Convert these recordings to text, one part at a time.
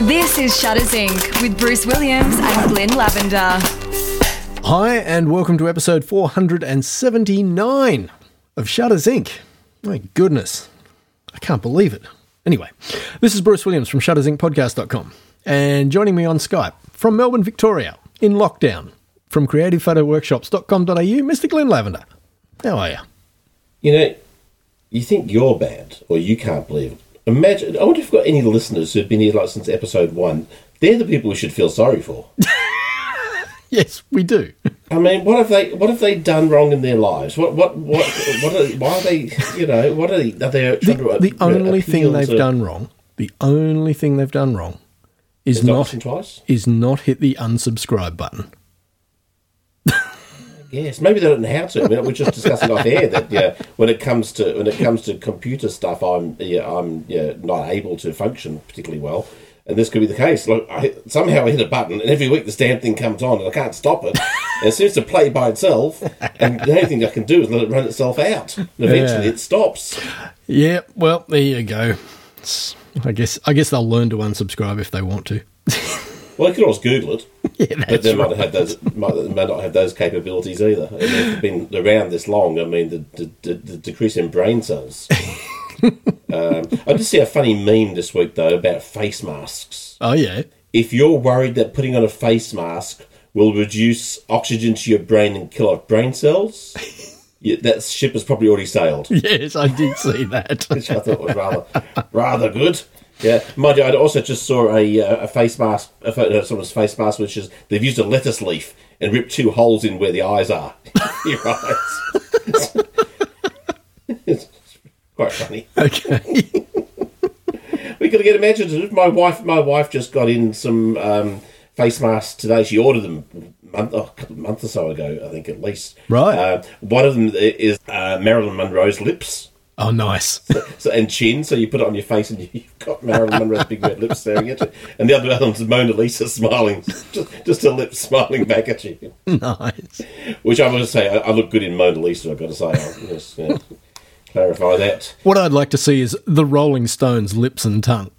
This is Shutters Inc. with Bruce Williams and Glenn Lavender. Hi, and welcome to episode 479 of Shutters Inc. My goodness, I can't believe it. Anyway, this is Bruce Williams from ShuttersIncPodcast.com, and joining me on Skype from Melbourne, Victoria, in lockdown, from CreativePhotoWorkshops.com.au, Mr. Glenn Lavender. How are you? You know, you think you're bad, or you can't believe it. Imagine, I wonder if we've got any listeners who've been here like since episode one. They're the people we should feel sorry for. Yes, we do. I mean, what have they? What have they done wrong in their lives? What? What? What? what are, why are they? You know, what are they? Are they The, trying to the a- only thing appeal they've to- done wrong, the only thing they've done wrong, is Is not not listen twice? is not hit the unsubscribe button. Yes, maybe they don't know how to. I mean, we're just discussing off air that yeah, when it comes to when it comes to computer stuff, I'm yeah, I'm yeah, not able to function particularly well, and this could be the case. Look, I hit, somehow I hit a button, and every week this damn thing comes on, and I can't stop it. and it seems to play by itself, and the only thing I can do is let it run itself out, and eventually Yeah. it stops. Yeah, well, there you go. It's- I guess I guess they'll learn to unsubscribe if they want to. Well, you could always Google it. Yeah, But that's they right. might have had those might, they might not have those capabilities either. And they've been around this long. I mean, the, the, the, the decrease in brain cells. um, I did see a funny meme this week though about face masks. Oh yeah, If you're worried that putting on a face mask will reduce oxygen to your brain and kill off brain cells, you, that ship has probably already sailed yes, I did see that. which I thought was rather rather good. Yeah, mind you, I also just saw a uh, a face mask, a photo of someone's face mask, which is they've used a lettuce leaf and ripped two holes in where the eyes are. Your eyes. it's quite funny. okay, We could get imaginative. My wife, my wife just got in some um, face masks today. She ordered them a month, oh, a couple of months or so ago, I think at least. Right. Uh, one of them is uh, Marilyn Monroe's lips. oh nice. so, and chin, so you put it on your face and you've got Marilyn Monroe's big red lips staring at you. And the other one's Mona Lisa smiling, just, just her lips smiling back at you. Nice. Which I must say, I, I look good in Mona Lisa, I've got to say. I'll just yeah, clarify that. What I'd like to see is the Rolling Stones lips and tongue.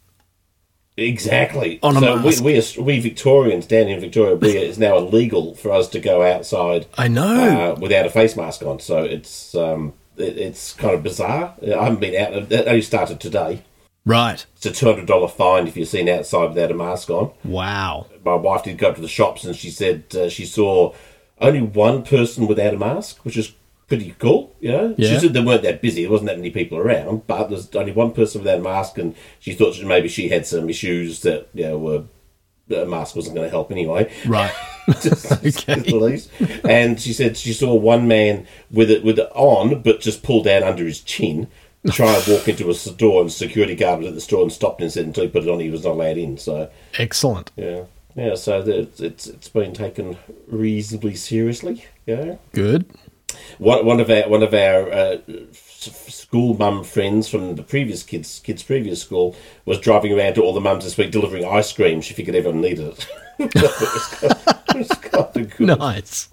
Exactly. On a so mask. We, we, are- we Victorians down in Victoria, we, it's now illegal for us to go outside. I know. uh, without a face mask on. So it's um, it, it's kind of bizarre. I haven't been out. That only started today. Right. It's a two hundred dollar fine if you're seen outside without a mask on. Wow. my wife did go up to the shops and she said uh, she saw only one person without a mask, which is pretty cool, you know. Yeah. She said they weren't that busy, there wasn't that many people around, but there's only one person without a mask, and she thought she, maybe she had some issues that you know were. A mask wasn't going to help anyway. Right. Just- Okay. at least. And she said she saw one man with it with it on, but just pulled down under his chin, try and walk into a store, and security guard was at the store and stopped him and said until he put it on, he was not allowed in. So Excellent. yeah, yeah. So the- it's it's it's been taken reasonably seriously. Yeah. Good. One one of our one of our uh, s- f- school mum friends from the previous kids kids previous school was driving around to all the mums this week delivering ice cream. She figured everyone needed it. it was kind of, it was kind of good. Nice.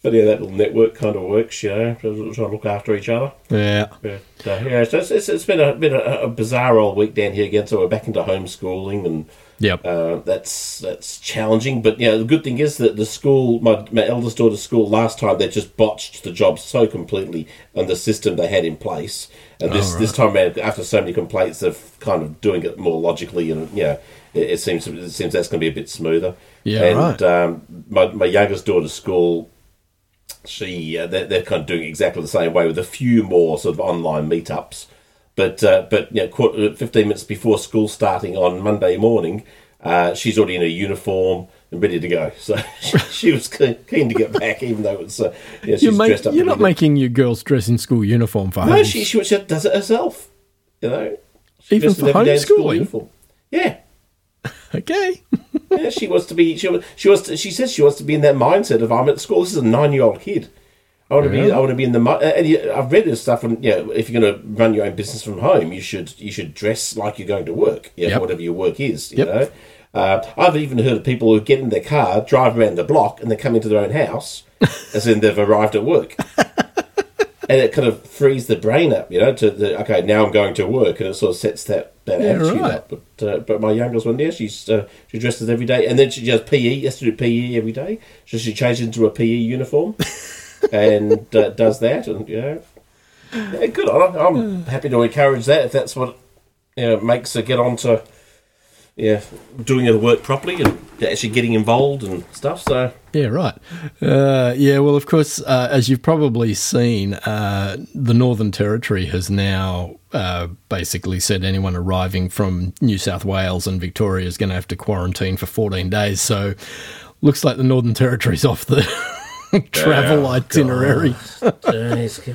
But yeah, that little network kind of works. You know, trying to look after each other. Yeah. But uh, yeah, so it's, it's, it's been a been a, a bizarre old week down here again. So we're back into homeschooling and Yep. uh, that's that's challenging. But yeah, the good thing is that the school, my, my eldest daughter's school, last time they just botched the job so completely and the system they had in place. And this Alright. this time around, after so many complaints, they're kind of doing it more logically, and yeah, it, it seems it seems that's going to be a bit smoother. Yeah, and right. um, my my youngest daughter's school. She uh, they're, they're kind of doing exactly the same way with a few more sort of online meetups, but uh, but you know, quarter, fifteen minutes before school starting on Monday morning, uh, she's already in her uniform and ready to go. So she, she was keen keen to get back, even though it's uh, yeah, she's You're, make- dressed up. you're to not be- making your girls dress in school uniform for no, home- she, she she does it herself. You know, She Even dresses for every day in homeschooling? uniform. Yeah, Okay. yeah, she wants to be. She wa- she wants. To, she says she wants to be in that mindset of I'm at school. This is a nine year old kid. I want to be. Yeah. I want to be in the. mi- uh, And you, I've read this stuff. And you know, if you're going to run your own business from home, you should you should dress like you're going to work. Yeah, Yep. whatever your work is. You Yep. know. Uh, I've even heard of people who get in their car, drive around the block, and they come into their own house, as in they've arrived at work. and it kind of frees the brain up, you know, to the okay, now I'm going to work, and it sort of sets that that Yeah, attitude right. up. But uh, but my youngest one, yeah, she's uh, she dresses every day, and then she does E, PE. Has to do PE every day, so she changes into a PE uniform and uh, does that, and you know, yeah, good. I, I'm happy to encourage that if that's what you know makes her get on to yeah doing her work properly and actually getting involved and stuff. So Yeah, right. Uh, yeah, well, of course, uh, as you've probably seen, uh, the Northern Territory has now uh, basically said anyone arriving from New South Wales and Victoria is going to have to quarantine for 14 days. So, looks like the Northern Territory's off the travel itinerary. Jeez.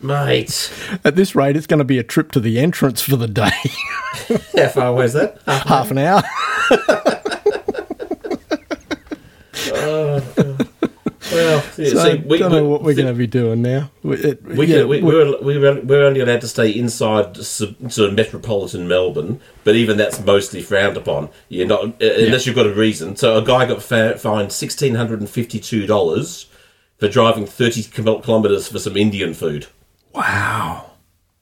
Mate, At this rate, it's going to be a trip to the entrance for the day, how far away is that? half an hour. Well, yeah, So, see, we, don't know what we're we- going to be doing now. We, it, We, yeah, could- we, we, were, we were, we were only allowed to stay inside sub- sort of metropolitan Melbourne, but even that's mostly frowned upon. You're not uh, unless you've got a reason. So a guy got fa- fined sixteen hundred and fifty-two dollars for driving thirty kil- kilometres for some Indian food wow.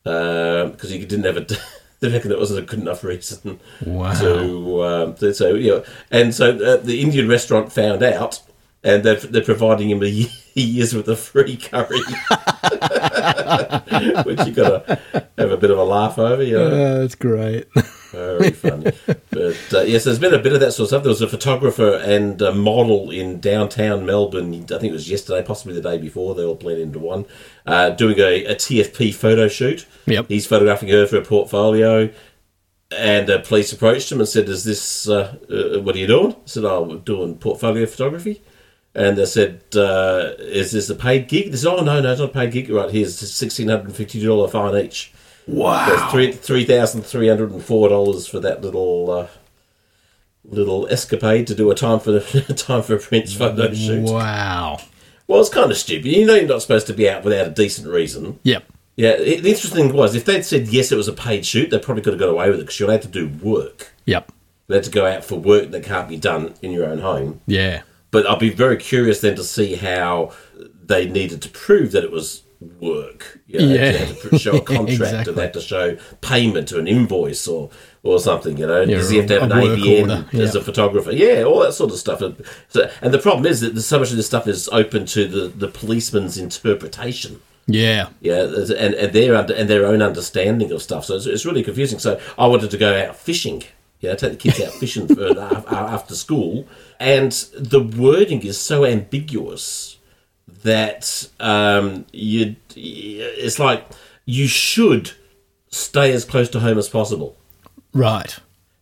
because Uh, he didn't have a. They reckon that wasn't a good enough reason. Wow. So, um, so- so you know, and so uh, the Indian restaurant found out, and they're, they're providing him a ye- year's worth of free curry, which you got to have a bit of a laugh over. You know, Uh, that's great. very funny. But uh, yes, there's been a bit of that sort of stuff. There was a photographer and a model in downtown Melbourne. I think it was yesterday, possibly the day before. They all blend into one, uh, doing a, a TFP photo shoot. Yep. he's photographing her for a portfolio. And uh, police approached him and said, "Is this uh, uh, what are you doing?" I said, "Oh, we're doing portfolio photography." And they said, uh, "Is this a paid gig?" They said, "Oh no, no, it's not a paid gig. Right here's sixteen hundred and fifty dollar fine each." There's Wow. three three thousand three hundred and four dollars for that little uh, little escapade to do a time for time for a Prince photo shoot. Wow. Well, it's kind of stupid. You know, you're not supposed to be out without a decent reason. Yep. Yeah. It, the interesting thing was, if they'd said yes, it was a paid shoot, they probably could have got away with it because you're allowed to do work. Yep. You're allowed to go out for work that can't be done in your own home. Yeah. But I'll be very curious then to see how they needed to prove that it was work. You know, they Yeah. had to pr- show a contract Exactly. and they had to show payment or an invoice or, or something, you know. Does he have to have a an work ABN order, as yeah. a photographer? Yeah, all that sort of stuff. And so- and the problem is that so much of this stuff is open to the, the policeman's interpretation. Yeah. Yeah, there's- and, and their under, and their own understanding of stuff. So it's, it's really confusing. So I wanted to go out fishing. Yeah, take the kids out fishing for an af- after school, and the wording is so ambiguous that um, you it's like you should stay as close to home as possible. Right.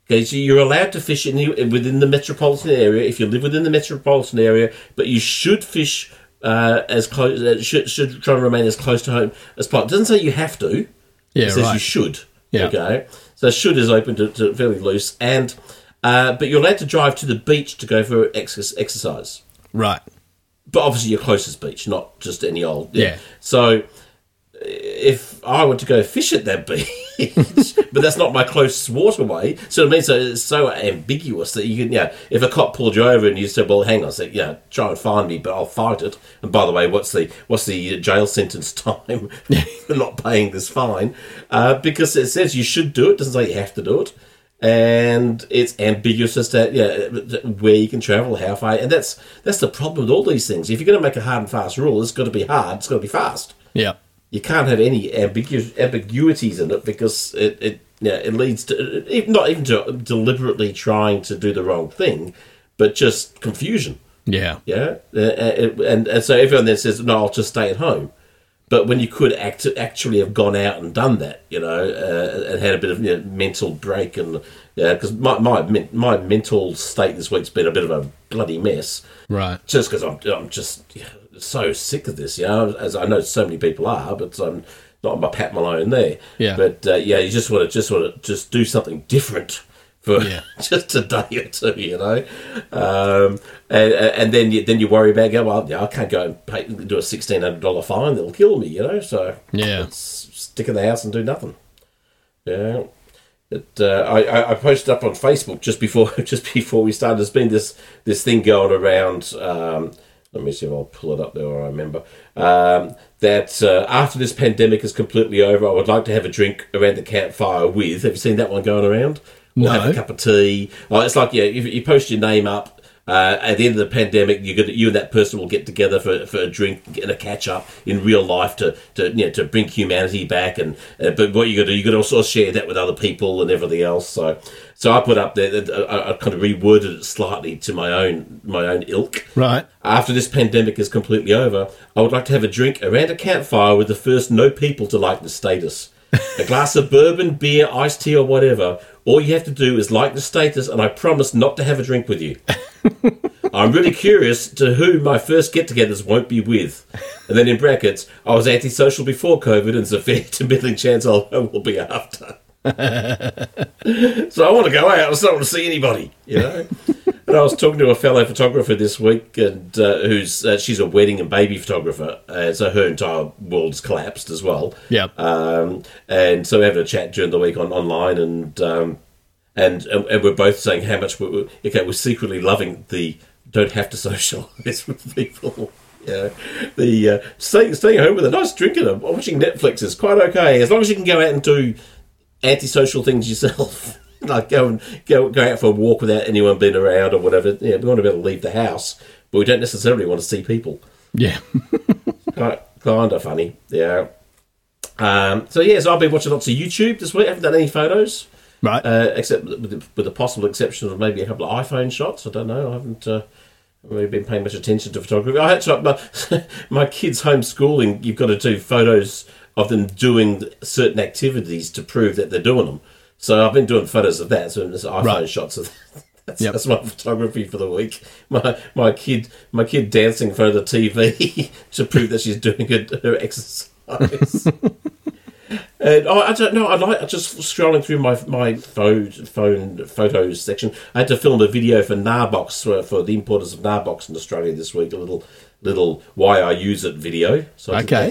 Okay, so you're allowed to fish in the, within the metropolitan area if you live within the metropolitan area, but you should fish uh, as close. Uh, should, should try and remain as close to home as possible. It doesn't say you have to. Yeah, it says right. you should. Yeah. Okay, so should is open to, to fairly loose, and uh, but you're allowed to drive to the beach to go for ex- exercise Right. but obviously your closest beach, not just any old. Yeah. So if I were to go fish at that beach, but that's not my closest waterway, so it means that it's so ambiguous that you can, yeah. if a cop pulled you over and you said, "Well, hang on a sec, yeah, try and find me, but I'll fight it." And by the way, what's the what's the jail sentence time for not paying this fine? Uh, because it says you should do it, doesn't say you have to do it and it's ambiguous as to yeah, where you can travel, how far, and that's that's the problem with all these things. If you're going to make a hard and fast rule, it's got to be hard. It's got to be fast. Yep. You can't have any ambigu- ambiguities in it because it it yeah, it leads to it- not even to deliberately trying to do the wrong thing, but just confusion. Yeah. Yeah, Uh, uh, and and so everyone then says, "No, I'll just stay at home." But when you could act, actually have gone out and done that, you know, uh, and had a bit of you know, mental break, and because my my men- my mental state this week's been a bit of a bloody mess, Right. just because I'm I'm just you know, so sick of this, you know, as I know so many people are, but I'm not my Pat Malone there. Yeah. But uh, yeah, you just want to just want to just do something different for Yeah. just a day or two, you know, um, and and then you, then you worry about go well, yeah, I can't go and pay, do a sixteen hundred dollar fine; they'll kill me, you know. So Yeah. let's stick in the house and do nothing. Yeah. It, uh, I, I- I posted up on Facebook just before just before we started. There's been this this thing going around um, let me see if I'll pull it up there or I remember, um, that uh, after this pandemic is completely over, I would like to have a drink around the campfire with. Have you seen that one going around? Or No. have a cup of tea. Oh, it's like, yeah, if you post your name up. Uh, at the end of the pandemic, you could, you and that person will get together for, for a drink and a catch up in real life to to you know, to bring humanity back. And uh, but what you got to do, you got to also share that with other people and everything else. So so I put up there, that- I, I kind of reworded it slightly to my own my own ilk. Right. After this pandemic is completely over, I would like to have a drink around a campfire with the first no people to like the status. a glass of bourbon, beer, iced tea, or whatever. All you have to do is like the status, and I promise not to have a drink with you. I'm really curious to who my first get togethers won't be with. And then in brackets, I was antisocial before COVID, and it's a fair to middling chance I'll, I will be after. so I want to go out, I just don't want to see anybody, you know? and I was talking to a fellow photographer this week, and uh, who's uh, she's a wedding and baby photographer, uh, so her entire world's collapsed as well. Yep. Um, and so we're having a chat during the week on online, and um, and and and we're both saying how much we're, we're- okay we're secretly loving the don't have to socialise with people. Yeah, the uh, staying staying home with a nice drink and a, watching Netflix is quite okay as long as you can go out and do antisocial things yourself. like go and go go out for a walk without anyone being around or whatever. Yeah, we want to be able to leave the house, but we don't necessarily want to see people Yeah. kind of, kind of funny. Yeah. Um, so yeah, so I've been watching lots of YouTube this week. haven't done any photos, Right. uh, except with the, with the possible exception of maybe a couple of iPhone shots. I don't know. I haven't. Uh, really been paying much attention to photography. I had to, my, my kids homeschooling. You've got to do photos of them doing certain activities to prove that they're doing them. So I've been doing photos of that. So there's iPhone Right. shots of that. That's, Yep. that's my photography for the week. My my kid my kid dancing in front of the TV to prove that she's doing good her exercise. And oh, I don't know. I like I just scrolling through my my phone phone photos section. I had to film a video for Narbox for, for the importers of Narbox in Australia this week. A little little why I use it video. So I Okay. did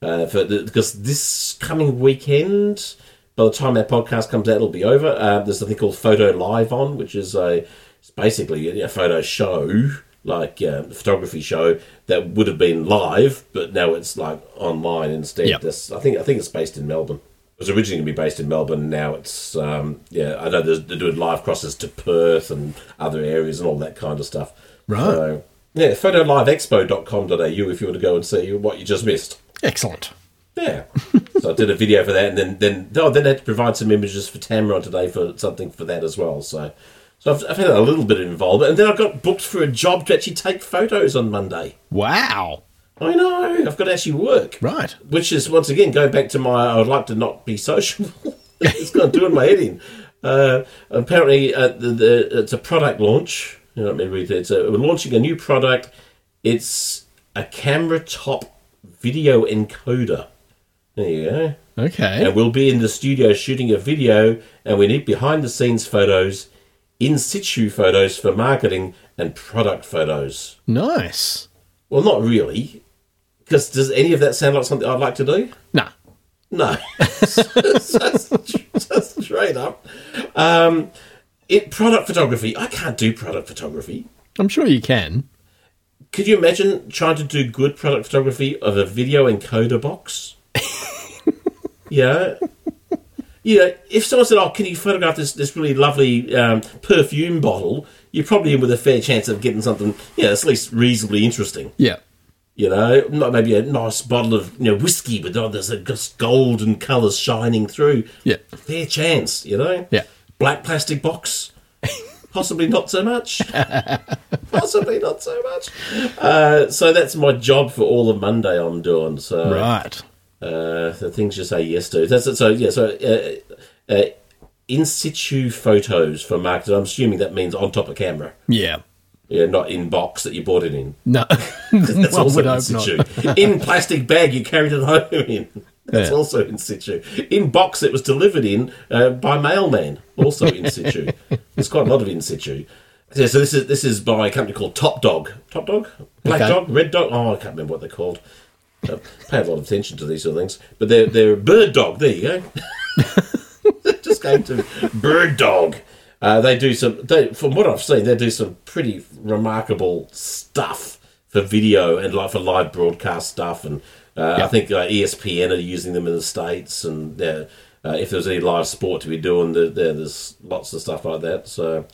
that uh, for the, because this coming weekend, by the time that podcast comes out, it'll be over. Uh, there's a thing called Photo Live on, which is a it's basically a photo show, like uh, photography show that would have been live, but now it's like online instead. Yep. This I think I think it's based in Melbourne. It was originally going to be based in Melbourne. Now it's um, yeah. I know there's, they're doing live crosses to Perth and other areas and all that kind of stuff. Right. So, yeah, photoliveexpo.com.au if you want to go and see what you just missed. Excellent. Yeah. so I did a video for that, and then then oh, then I had to provide some images for Tamron today for something for that as well. So so I've, I've had a little bit of involvement, and then I got booked for a job to actually take photos on Monday. Wow. I know I've got to actually work, Right. which is once again going back to my I would like to not be sociable. it's kind of doing my head in. Uh, apparently, uh, the, the, it's a product launch. You know, maybe it's a, we're launching a new product. It's a camera top video encoder. There you go. Okay. And we'll be in the studio shooting a video, and we need behind the scenes photos, in situ photos for marketing, and product photos. Nice. Well, not really. Because does any of that sound like something I'd like to do? Nah. No. that's, that's straight up. Um, it, product photography. I can't do product photography. I'm sure you can. Could you imagine trying to do good product photography of a video encoder box? yeah. You know, if someone said, "Oh, can you photograph this this really lovely um, perfume bottle?" You're probably in with a fair chance of getting something, yeah, at least reasonably interesting. Yeah. You know, not maybe a nice bottle of you know whiskey, but oh, there's a just golden colours shining through. Yeah. fair chance. You know. Yeah. Black plastic box. Possibly not so much. Possibly not so much. Uh, so that's my job for all of Monday. I'm doing so Right. uh, the things you say yes to. That's it. So yeah. So uh, uh, in situ photos for marketing. I'm assuming that means on top of camera. Yeah. Yeah, not in box that you bought it in. No. That's One also would in hope not. situ. in plastic bag you carried it home in. That's Yeah. also in situ. In box it was delivered in uh, by mailman. Also in situ. There's quite a lot of in situ. So, so this is this is by a company called Top Dog. Top Dog, Black Okay. Dog, Red Dog. Oh, I can't remember what they're called. I pay a lot of attention to these sort of things, but they're they're a bird dog. There you go. Just going to bird dog. Uh, they do some. They, from what I've seen, they do some pretty remarkable stuff for video and like for live broadcast stuff. And uh, Yeah. I think uh, ESPN are using them in the states. And uh, uh, if there's any live sport to be doing, there, there- there's lots of stuff like that. So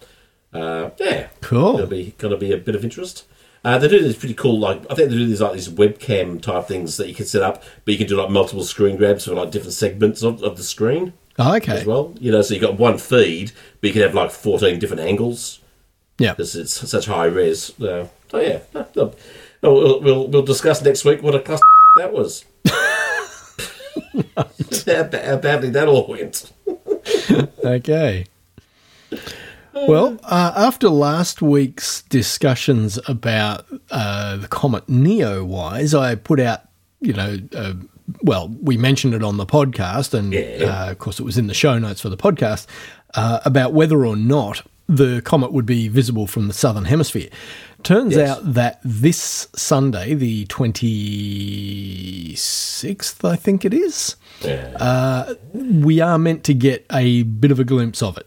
uh, yeah, Cool. Gonna be gonna be a bit of interest. Uh, they do these pretty cool, like I think they do these like these webcam type things that you can set up, but you can do like multiple screen grabs for like different segments of, of the screen Oh, okay. as well. You know, so you got one feed, but you can have like fourteen different angles Yeah. because it's such high res. Uh, so yeah, no, no. No, we'll, we'll we'll discuss next week what a cuss that was. how, ba- how badly that all went. Okay. Well, uh, after last week's discussions about uh, the comet Neowise, I put out, you know, uh, well, we mentioned it on the podcast, and Yeah. uh, of course, it was in the show notes for the podcast uh, about whether or not the comet would be visible from the southern hemisphere. Turns Yes. out that this Sunday, the 26th, I think it is, Yeah. Uh, we are meant to get a bit of a glimpse of it.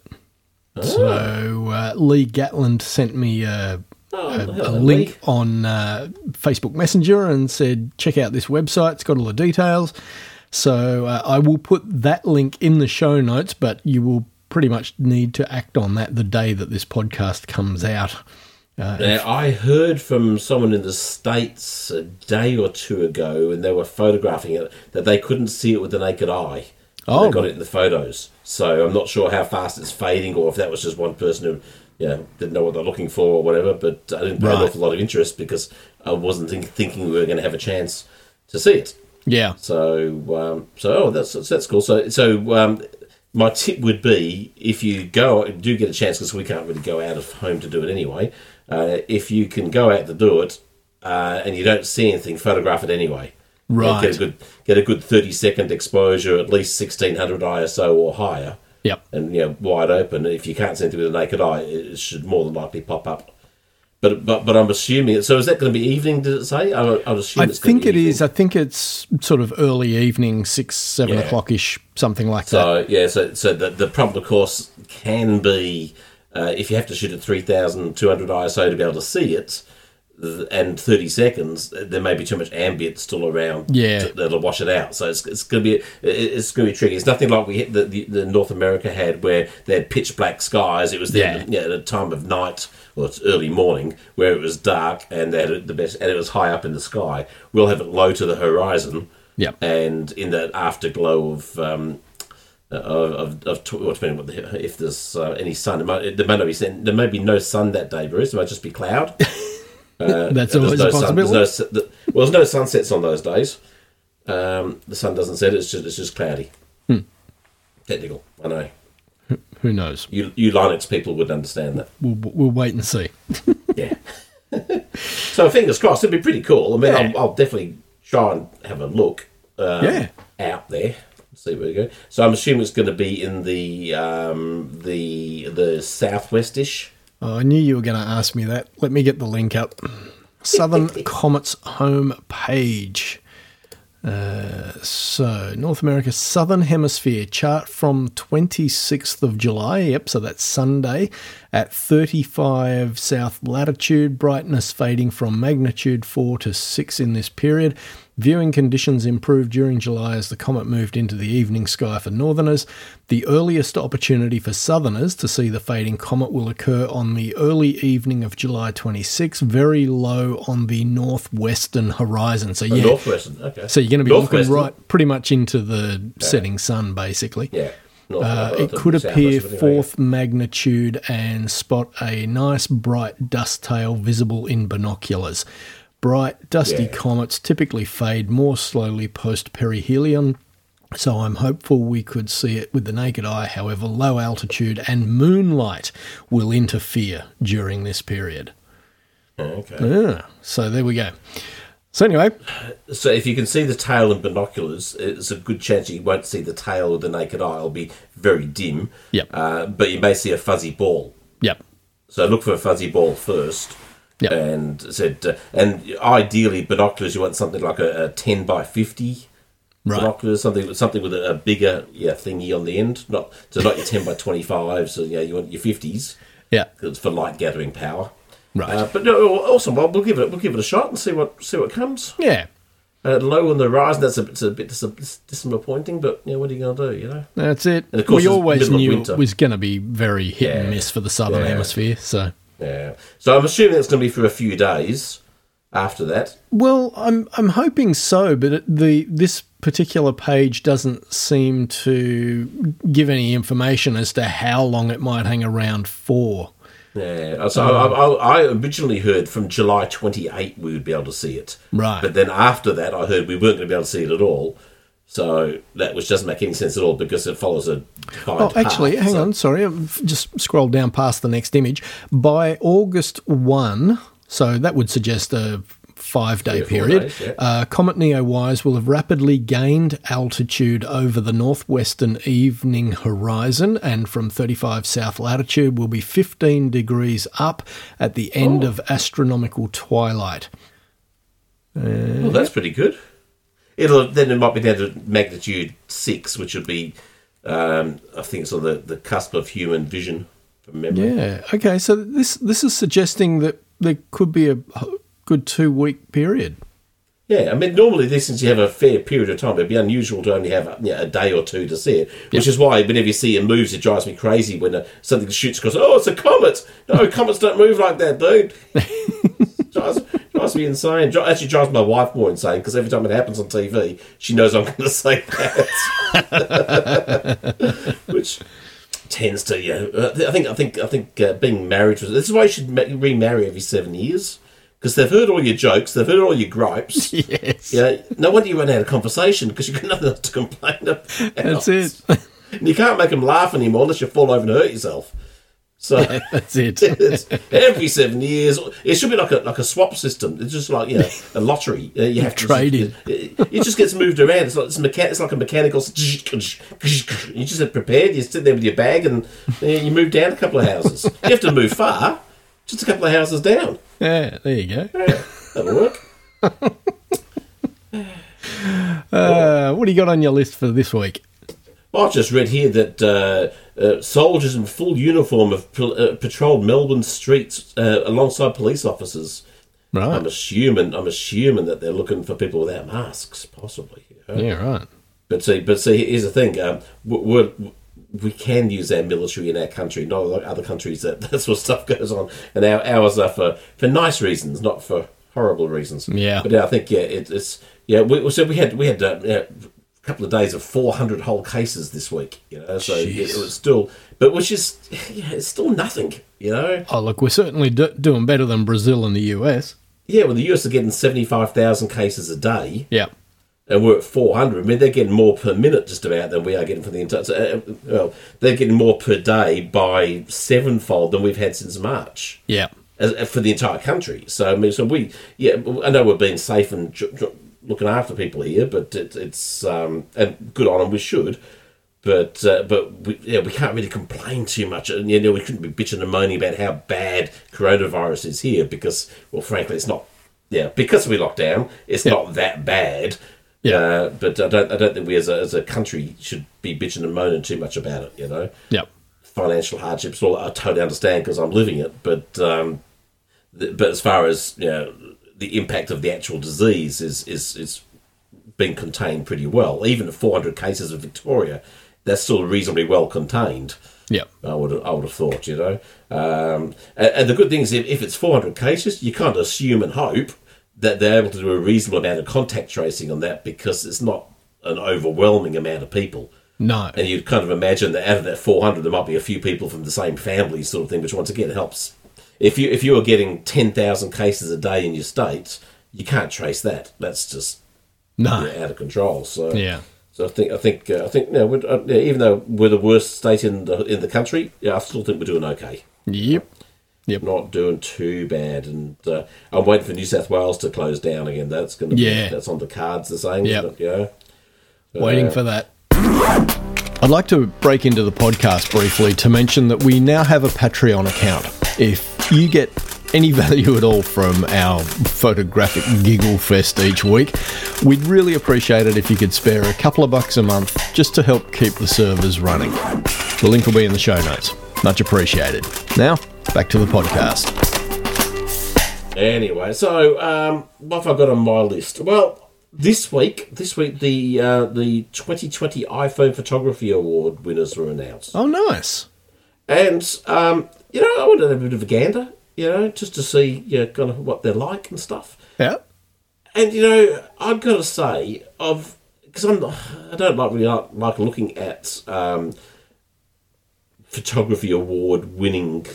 So Ah. uh, Lee Gatland sent me a, Oh, a, a hello, link Lee. on uh, Facebook Messenger and said, check out this website. It's got all the details. So uh, I will put that link in the show notes, but you will pretty much need to act on that the day that this podcast comes out. Now, I heard from someone in the States a day or two ago, and they were photographing it, that they couldn't see it with the naked eye. Oh. They got it in the photos. So I'm not sure how fast it's fading or if that was just one person who you know, didn't know what they're looking for or whatever, but I didn't pay an Right. awful lot of interest because I wasn't think- thinking we were going to have a chance to see it. Yeah. So, um, so oh, that's that's cool. So, so um, my tip would be if you go do get a chance because we can't really go out of home to do it anyway. Uh, if you can go out to do it uh, and you don't see anything, photograph it anyway. Right. Get a good get a good thirty second exposure, at least sixteen hundred ISO or higher. Yep. And you know, wide open. If you can't see anything with a naked eye, it it should more than likely pop up. But but but I'm assuming it. So is that going to be evening? Did it say? I, I assume I it's gonna think be it evening. is. I think it's sort of early evening, six, seven Yeah. o'clock ish, something like that. So yeah, so so the, the problem, of course, can be uh, if you have to shoot at three thousand two hundred ISO to be able to see it, th- and thirty seconds, uh, there may be too much ambient still around. Yeah. to- that'll wash it out. So it's, it's gonna be it- it's gonna be tricky. It's nothing like we hit the, the, the North America had where they had pitch black skies. It was Yeah. then yeah. at a time of night or it's early morning where it was dark and they had it the best and it was high up in the sky. We'll have it low to the horizon. Yep. And in that afterglow of um, uh, of, of, of tw- well, depending what the, if there's uh, any sun, it might, it- there may not be sun, there may be no sun that day, Bruce. It might just be cloud. That's There's always no a sun- possibility. there's no su- the- well, there's no sunsets on those days. Um, the sun doesn't set. It's just it's just cloudy. Hmm. Technical, I know. Who knows? You you Linux people would understand that. We'll, we'll wait and see. Yeah. so fingers crossed. It'd be pretty cool. I mean, Yeah. I'll, I'll definitely try and have a look. Um, Yeah. Out there. See where we go. So I'm assuming it's going to be in the um, the the southwestish. Oh, I knew you were going to ask me that. Let me get the link up. Southern Comets home page. Uh, so, North America Southern Hemisphere chart from 26th of July. Yep, so that's Sunday at 35 south latitude. Brightness fading from magnitude 4 to 6 in this period. Viewing conditions improved during July as the comet moved into the evening sky for northerners. The earliest opportunity for southerners to see the fading comet will occur on the early evening of July 26, very low on the northwestern horizon. So, yeah, Northwestern. Okay. so you're going to be looking Northwestern. right, pretty much into the setting sun, basically. Yeah. North, Uh, I it thought could it was appear southwestern, anyway. fourth magnitude and spot a nice bright dust tail visible in binoculars. Bright, dusty Yeah. comets typically fade more slowly post perihelion, so I'm hopeful we could see it with the naked eye. However, low altitude and moonlight will interfere during this period. Okay. Yeah, so there we go. So, anyway, So if you can see the tail in binoculars, it's a good chance you won't see the tail with the naked eye. It'll be very dim. Yep. Uh, but you may see a fuzzy ball. yep. So look for a fuzzy ball first. Yep. And said, uh, and ideally binoculars, you want something like a, a ten by fifty Right. binoculars, something with something with a, a bigger yeah thingy on the end. Not so not your ten by twenty five. So yeah, you want your fifties Yeah. it's for light gathering power. Right. Uh, but no, awesome. Well, we'll give it we'll give it a shot and see what see what comes. Yeah. Uh, low on the rise, that's a, it's a bit dis- dis- disappointing. But you know, what are you going to do? You know. That's it. And of course we it's always middle of knew winter. it was going to be very hit and Yeah. miss for the southern Yeah. hemisphere. So, Yeah. So I'm assuming it's going to be for a few days after that. well, I'm I'm hoping so, but it- the this particular page doesn't seem to give any information as to how long it might hang around for. Yeah. So Um, I, I, I originally heard from July 28 we would be able to see it. Right. But then after that, I heard we weren't going to be able to see it at all. So that which doesn't make any sense at all because it follows a. Oh, actually, Ah, hang on. Sorry, I've just scrolled down past the next image. By August 1, so that would suggest a five day or four period, days, yeah. uh, Comet Neo Wise will have rapidly gained altitude over the northwestern evening horizon, and from 35 south latitude will be 15 degrees up at the end Oh. of astronomical twilight. Well, that's pretty good. It'll then it might be down to magnitude six, which would be, um, I think, it's on the, the cusp of human vision from memory. Yeah. Okay. So this this is suggesting that there could be a h- good two week period. Yeah, I mean, normally these things you have a fair period of time. It'd be unusual to only have you know, a day or two to see it, which is why whenever you see it moves, it drives me crazy when uh, something shoots across. Oh, it's a comet! No, comets don't move like that, dude. drives, drives me insane. Dri- Actually, drives my wife more insane because every time it happens on TV, she knows I'm going to say that, which tends to yeah. uh, I think I think I think uh, being married was this is why you should ma- remarry every seven years because they've heard all your jokes, they've heard all your gripes. Yes. Yeah, no wonder you run out of conversation because you've got nothing else to complain about. That's it. And you can't make them laugh anymore unless you fall over and hurt yourself. So That's it. it's every seven years, it should be like a like a swap system. It's just like you know, a lottery. Uh, you have to Trading. It, it just gets moved around. It's like it's, mecha- it's like a mechanical. s- You just have prepared. You sit there with your bag and uh, you move down a couple of houses. You have to move far, just a couple of houses down. Yeah, there you go. That'll work. Uh, what do you got on your list for this week? I've just read here that uh, uh, soldiers in full uniform have pl- uh, patrolled Melbourne streets uh, alongside police officers. Right. I'm assuming I'm assuming that they're looking for people without masks, possibly. yeah, right. But see, but see, here's the thing: um, we- we're, we can use our military in our country, not like other countries that that sort of stuff goes on, and our ours are for, for nice reasons, not for horrible reasons. Yeah. But uh, I think yeah, it, it's yeah. We, so we had we had. Uh, uh, a Couple of days of 400 whole cases this week, you know. So it, Jeez. it was still, but which is, yeah, it's still nothing, you know. Oh, look, we're certainly do- doing better than Brazil and the US. Yeah, well, the US are getting 75,000 cases a day, Yeah. and we're at 400. I mean, they're getting more per minute just about than we are getting for the entire. So, uh, well, they're getting more per day by sevenfold than we've had since March Yeah. as, uh, for the entire country. So I mean, so we, yeah, I know we're being safe and dr- dr- looking after people here, but it, it's um, and good on them. We should. But uh, but we, yeah, we can't really complain too much, and you know we couldn't be bitching and moaning about how bad coronavirus is here because, well, frankly, it's not. Yeah, because we locked down, it's Yeah. not that bad. Yeah. Uh, but I don't I don't think we as a, as a country should be bitching and moaning too much about it. You know Yeah. financial hardships. All I totally understand because I'm living it. But um, th- but as far as you know, the impact of the actual disease is is is being contained pretty well. Even at 400 cases in Victoria, that's still reasonably well contained. Yeah. I would I would have thought, you know. Um, and, and the good thing is, if, if it's 400 cases, you can't assume and hope that they're able to do a reasonable amount of contact tracing on that because it's not an overwhelming amount of people. No. And you'd kind of imagine that out of that 400, there might be a few people from the same family, sort of thing, which once again helps. If you if you are getting 10,000 cases a day in your state, you can't trace that. That's just No. you know, out of control. So Yeah. So I think I think uh, I think yeah, we're, uh, yeah, even though we're the worst state in the in the country, yeah, I still think we're doing okay. Yep. Not doing too bad, and uh, I'm waiting for New South Wales to close down again. That's going to be Yeah. that's on the cards. The same, Yep. yeah. Waiting for that. I'd like to break into the podcast briefly to mention that we now have a Patreon account. If you get any value at all from our photographic giggle fest each week, we'd really appreciate it if you could spare a couple of bucks a month just to help keep the servers running. The link will be in the show notes. Much appreciated. Now, back to the podcast. Anyway, so um, what have I got on my list? Well, this week, this week the uh, the 2020 iPhone Photography Award winners were announced, Oh, nice. and um, you know I wanted to have a bit of a gander, you know, just to see you know, kind of what they're like and stuff. Yeah. And you know, I've got to say, I've because I'm I don't like really like, like looking at um, photography award winning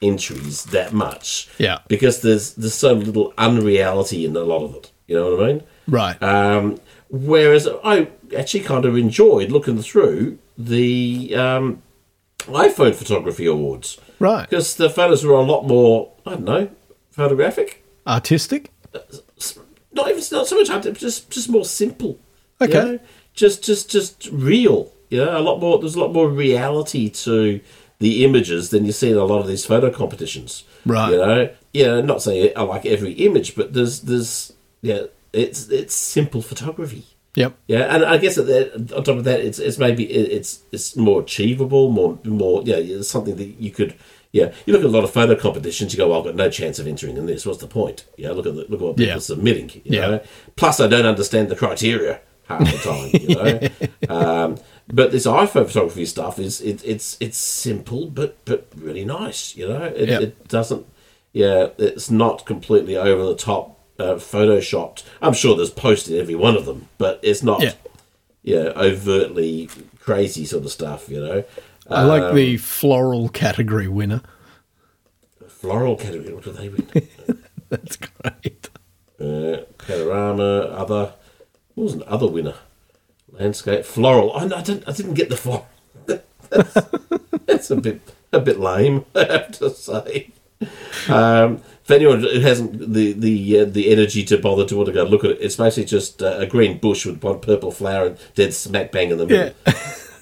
entries that much. Yeah. because there's there's so little unreality in a lot of it. You know what I mean? Right. Um, whereas I actually kind of enjoyed looking through the um, iPhone photography awards. Right. Because the photos were a lot more, I don't know, photographic Artistic. not even not so much hard, just just more simple. you Okay. know? Just just just real. You know, a lot more. There's a lot more reality to the images than you see in a lot of these photo competitions. Right. You know. Yeah. Not saying I like every image, but there's there's yeah. It's it's simple photography. Yep. Yeah, and I guess that- that on top of that, it's it's maybe it- it's it's more achievable, more more yeah, it's something that you could yeah. You look at a lot of photo competitions, you go, well, I've got no chance of entering in this. What's the point? Yeah, look at the, look at what people Yeah. are submitting. You Yeah. know? Plus, I don't understand the criteria half the time. You know, um, but this iPhone photography stuff is it, it's it's simple but but really nice. You know, it, Yeah. it doesn't yeah, it's not completely over the top uh, photoshopped. I'm sure there's posts in every one of them, but it's not Yeah. yeah, overtly crazy sort of stuff. You know, I like the floral category winner. floral category. What do they win? That's great. uh, panorama, other. What was an other winner? Landscape, floral. I, I didn't. I didn't get the floral. that's, that's a bit a bit lame. I have to say. Um, for anyone who hasn't the the uh, the energy to bother to want to go look at it, it's basically just uh, a green bush with one purple flower and dead smack bang in the middle.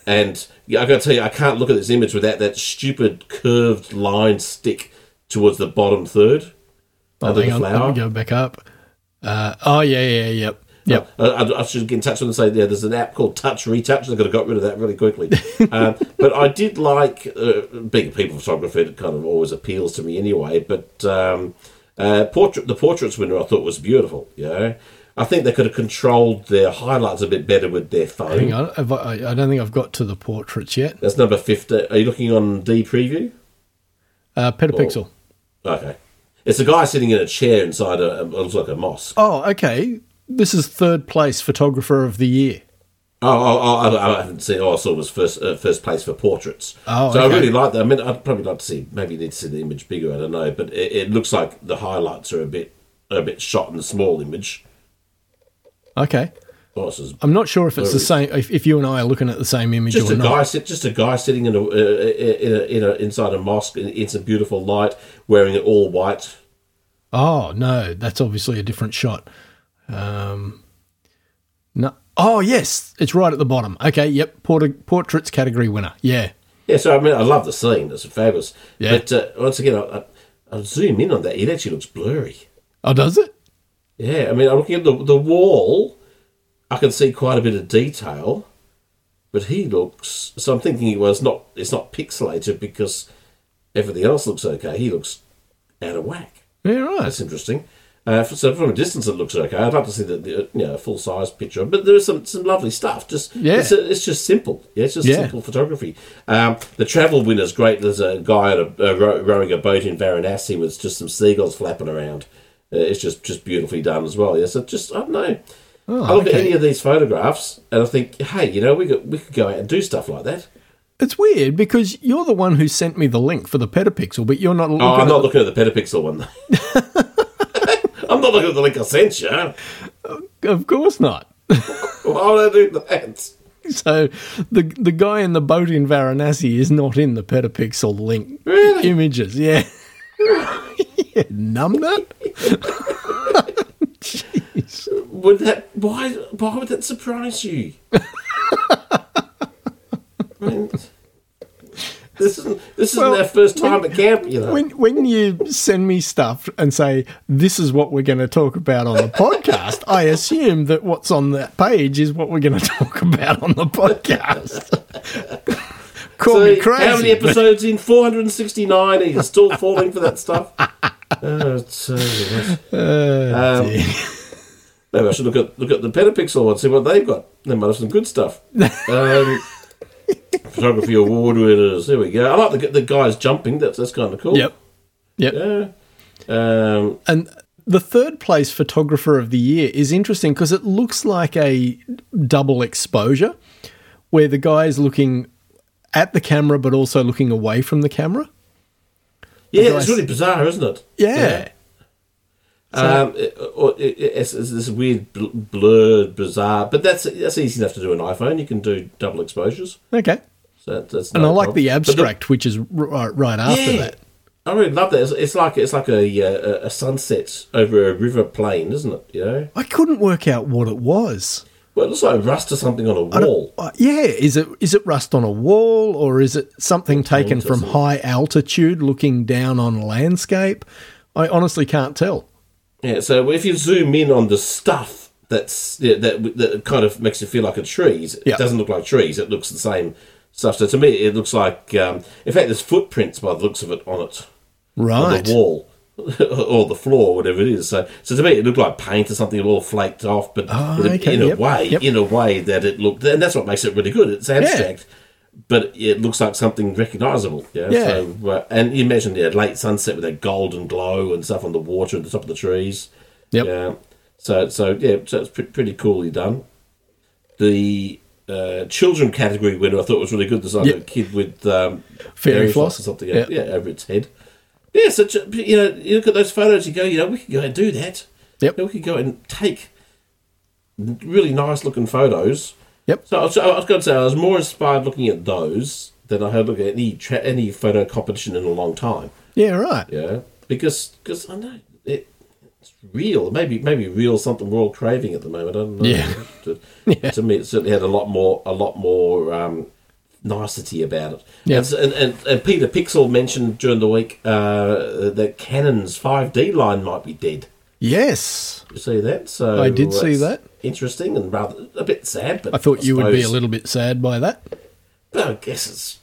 and yeah, I got to tell you, I can't look at this image without that stupid curved line stick towards the bottom third. Oh, under hang the on. Let flower. me go back up. Uh, oh, yeah, yeah, yep. Yep. Uh, I, I, I should get in touch with them and say, yeah, there's an app called Touch Retouch. I could have got rid of that really quickly. um, but I did like, uh, being a people photographer, it kind of always appeals to me anyway. But um, uh, portrait, the portraits winner I thought was beautiful. You know? I think they could have controlled their highlights a bit better with their phone. Hang on. Have I, I don't think I've got to the portraits yet. That's number 50. Are you looking on D Preview? Uh, Oh. Petapixel. Okay. It's a guy sitting in a chair inside a, a looks like a mosque. Oh, okay. This is third place photographer of the year. Oh, oh, oh I, I haven't seen. Oh, I saw it was first uh, first place for portraits. Oh, so okay. I really like that. I mean, I'd probably like to see. Maybe need to see the image bigger. I don't know, but it, it looks like the highlights are a bit are a bit shot in the small image. Oh, Okay. Horses. I'm not sure if it's the same. If, if you and I are looking at the same image Just or a not. guy sit. Just a guy sitting in a, uh, in a, in a inside a mosque. In, in some beautiful light, wearing it all white. Oh no, that's obviously a different shot. Um, no. Oh yes, it's right at the bottom. Okay. Yep. Port- portraits category winner. Yeah. Yeah, so I mean, I love the scene. It's fabulous. Yeah. But uh, once again, I, I, I'll zoom in on that. It actually looks blurry. Oh, does it? Yeah, I mean, I'm looking at the the wall. I can see quite a bit of detail, but he looks. So I'm thinking, well, it's not it's not pixelated because everything else looks okay. He looks out of whack. Yeah. Right. That's interesting. Uh, f- so from a distance, it looks okay. I'd like to see the, the uh, you know full size picture, but there is some some lovely stuff. Just Yeah. it's, it's just simple. Yeah, it's just Yeah. simple photography. Um, the travel winner's great. There's a guy at a, a row, rowing a boat in Varanasi with just some seagulls flapping around. Uh, it's just just beautifully done as well. Yeah, so just I don't know. I look Oh, okay. at any of these photographs and I think, hey, you know, we could we could go out and do stuff like that. It's weird because you're the one who sent me the link for the petapixel, but you're not. Looking Oh, I'm at not the- looking at the petapixel one though. I'm not looking at the link I sent you. Of course not. Why would I do that? So the the guy in the boat in Varanasi is not in the petapixel link Really? images. Yeah. yeah. Numbnut. Would that why why would that surprise you? I mean, this isn't this isn't Well, our first time at camp, you know. when when you send me stuff and say this is what we're going to talk about on the podcast, I assume that what's on that page is what we're going to talk about on the podcast. Call So, me crazy. how many but episodes in? Four hundred and sixty nine. Are you still falling for that stuff? Uh, it's, uh, yes. Oh, Um, maybe I should look at look at the Petapixel and see what they've got. They might have some good stuff. Um, photography award winners. There we go. I like the, the guys jumping. That's that's kind of cool. Yep. Yep. Yeah. Um, And the third place photographer of the year is interesting because it looks like a double exposure where the guy is looking at the camera but also looking away from the camera. yeah, it's guys- really bizarre, isn't it? Yeah. Um, it- or it- it's, it's this weird, bl- blurred, bizarre, but that's that's easy enough to do on iPhone. You can do double exposures. Okay. So that, that's And no I like problem. the But abstract, which is right, right after that. I really love that. It's, it's like it's like a, uh, a a sunset over a river plain, isn't it? You know, I couldn't work out what it was. well, it looks like rust or something on a I don't- wall. uh, yeah, is it is it rust on a wall or is it something taken from doesn't- high altitude looking down on landscape? I honestly can't tell. Yeah. So if you zoom in on the stuff that's yeah, that that kind of makes you feel like it's trees. Yeah. It doesn't look like trees. It looks the same stuff. So to me, it looks like. Um, in fact, there's footprints by the looks of it on it. on Right. the wall or the floor, whatever it is. So, so to me, it looked like paint or something all flaked off, but Ah, in, a- okay, in a yep, way, yep. in a way that it looked, and that's what makes it really good. It's abstract, but it looks like something recognisable. Yeah. Yeah. So, uh, and you imagine the late sunset with that golden glow and stuff on the water at the top of the trees. Yep. Yeah. So, so yeah, so it's pre- pretty coolly done. The uh, children category winner I thought was really good. There's like Yep. a kid with um, Fairy or floss. something. Yep. Yeah, over its head. Yeah, so ju- you know, you look at those photos, you go, you know, we could go and do that. Yep. We could go and take really nice looking photos. Yep. So I was, I was going to say I was more inspired looking at those than I had looked at any tra- any photo competition in a long time. Yeah, right. Yeah, because because I know it, it's real. Maybe maybe real something we're all craving at the moment. I don't know. Yeah. To, to me, it certainly had a lot more a lot more um, nicety about it. Yeah. And, s- and, and and Peter Pixel mentioned during the week uh, that Canon's five D line might be dead. Yes. You see that? So I did see it's that. Interesting and rather a bit sad. But I thought you would be a suppose- little bit sad by that. well, I guess it's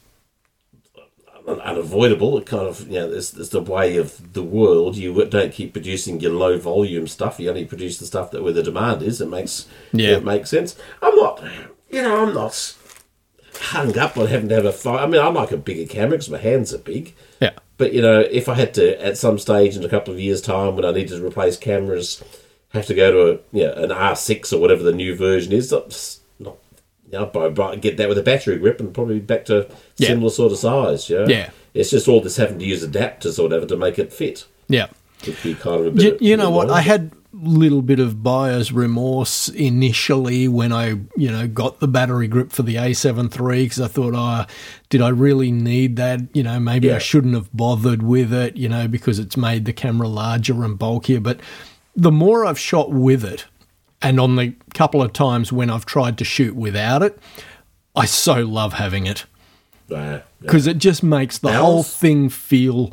un- unavoidable. It kind of, you know, it's, it's the way of the world. You don't keep producing your low volume stuff. You only produce the stuff that where the demand is. It makes, Yeah. it makes sense. I'm not, you know, I'm not hung up on having to have a fight. I mean, I like a bigger camera because my hands are big. Yeah. But you know, if I had to at some stage in a couple of years' time when I needed to replace cameras, have to go to a you know, an R six or whatever the new version is, that's not you know, buy, buy, get that with a battery grip and probably back to Yeah. similar sort of size. Yeah, Yeah. It's just all this having to use adapters or whatever to make it fit. Yeah. It'd be kind of a You, bit. you know what? I had little bit of buyer's remorse initially when I, you know, got the battery grip for the A7 III because I thought, oh, did I really need that? You know, maybe I Yeah. shouldn't have bothered with it, you know, because it's made the camera larger and bulkier. But the more I've shot with it and on the couple of times when I've tried to shoot without it, I so love having it. Nah, nah. because it just makes the Balance? whole thing feel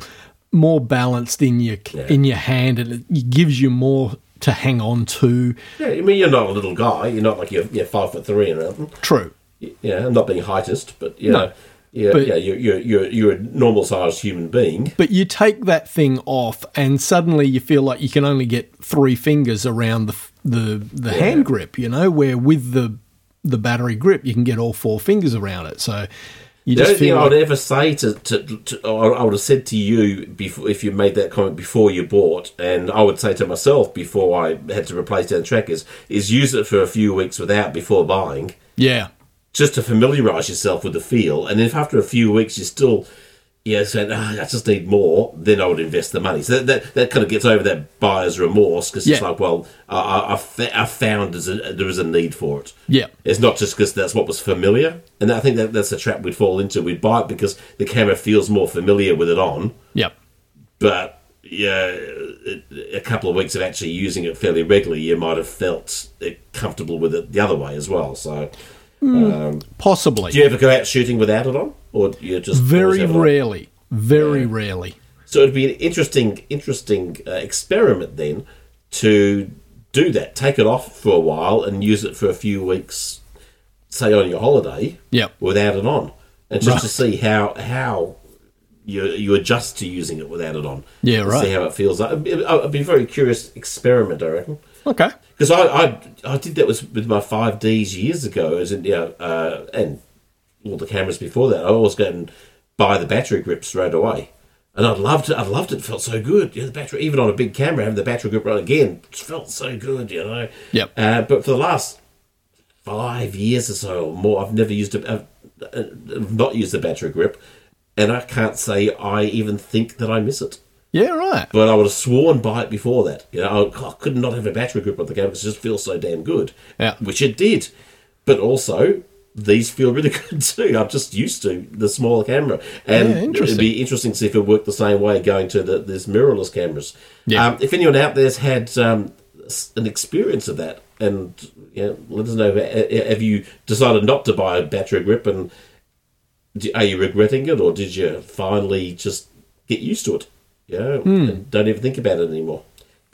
more balanced in your in your hand, and it gives you more to hang on to. Yeah, I mean, you're not a little guy. You're not like you're, you're five foot three and everything. True. Yeah, not being heightist, but you No. know, yeah, But- yeah, you're, you're you're you're a normal sized human being. But you take that thing off, and suddenly you feel like you can only get three fingers around the f- the the hand grip. You know, where with the the battery grip, you can get all four fingers around it. So you The just only thing feel I would like, ever say to, to, to or I would have said to you before if you made that comment before you bought, and I would say to myself before I had to replace down trackers, is use it for a few weeks without before buying, yeah, just to familiarise yourself with the feel. And if after a few weeks you're still, yeah, saying "Ah, I just need more, then I would invest the money. So that that, that kind of gets over that buyer's remorse because it's Yeah. like, well, I, I, I, fa- I found there's a, there is a need for it. yeah, It's not just because that's what was familiar, and I think that that's a trap we'd fall into. We'd buy it because the camera feels more familiar with it on, yeah, but yeah, it, a couple of weeks of actually using it fairly regularly, you might have felt eh, comfortable with it the other way as well. So, possibly. do you ever go out shooting without it on, or you just always very have it on? rarely, very rarely. So it'd be an interesting, interesting uh, experiment then to do that. Take it off for a while and use it for a few weeks, say on your holiday, Yep. without it on, and just to see how how you you adjust to using it without it on. Yeah, And right. See how it feels. I, I'd be a very curious experiment, I reckon. Okay. Because I, I I did that with with my five Ds years ago, as in you know, uh, and all the cameras before that. I always go and buy the battery grip straight away, and I loved it. I loved it. It felt so good. Yeah, the battery, even on a big camera, having the battery grip run again it felt so good. You know. Yep. Uh, but for the last five years or so or more, I've never used a, I've, I've not used the battery grip, and I can't say I even think that I miss it. Yeah, right. But I would have sworn by it before that. You know, I, I could not have a battery grip on the game because it just feels so damn good. Yeah. Which it did. But also, these feel really good too. I'm just used to the smaller camera. And Yeah, interesting. it'd be interesting to see if it worked the same way going to the, these mirrorless cameras. Yeah. Um, if anyone out there's had um, s- an experience of that, and you know, let us know uh, have you decided not to buy a battery grip and do- are you regretting it or did you finally just get used to it? Yeah, Hmm. and don't even think about it anymore.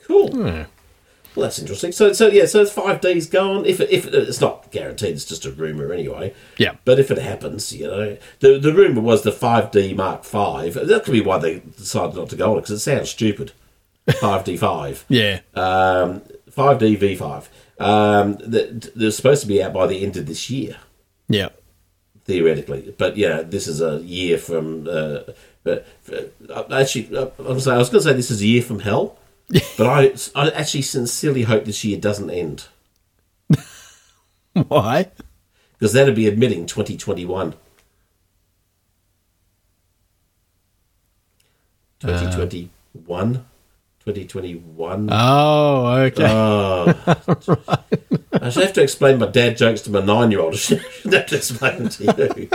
Cool. Well, that's interesting. So, so yeah, so it's five days gone. If if it's not guaranteed, it's just a rumor anyway. Yeah. But if it happens, you know, the the rumor was the five D Mark Five. That could be why they decided not to go on it because it sounds stupid. Five D Five. Yeah. Um, five D V Five. Um, that- they're supposed to be out by the end of this year Yeah. theoretically. But yeah, this is a year from. Uh, but uh, actually, uh, I'm sorry, I was going to say this is a year from hell. but I, I actually sincerely hope this year doesn't end Why? because that'd be admitting 2021. 2021? 2021? Oh, okay. Uh, I should have to explain my dad jokes to my nine year old. I should have to explain them to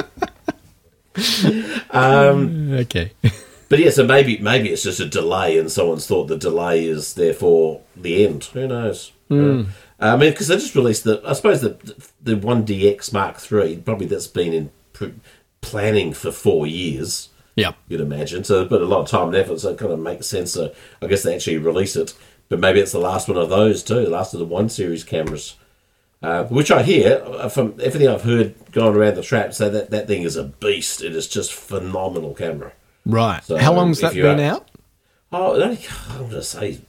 you. okay. But yeah, so maybe maybe it's just a delay, and someone's thought the delay is therefore the end. Who knows? I mean, because they just released the, I suppose the the one DX Mark III. Probably that's been in pr- planning for four years. yeah. You'd imagine. So they put a lot of time and effort. So it kind of makes sense. So I guess they actually release it. But maybe it's the last one of those too. The last of the one series cameras. Uh, which I hear uh, from everything I've heard going around the trap, so that, that thing is a beast. It is just phenomenal camera. Right. So, How long's if that you are- been out? Oh, it only- I'm going to say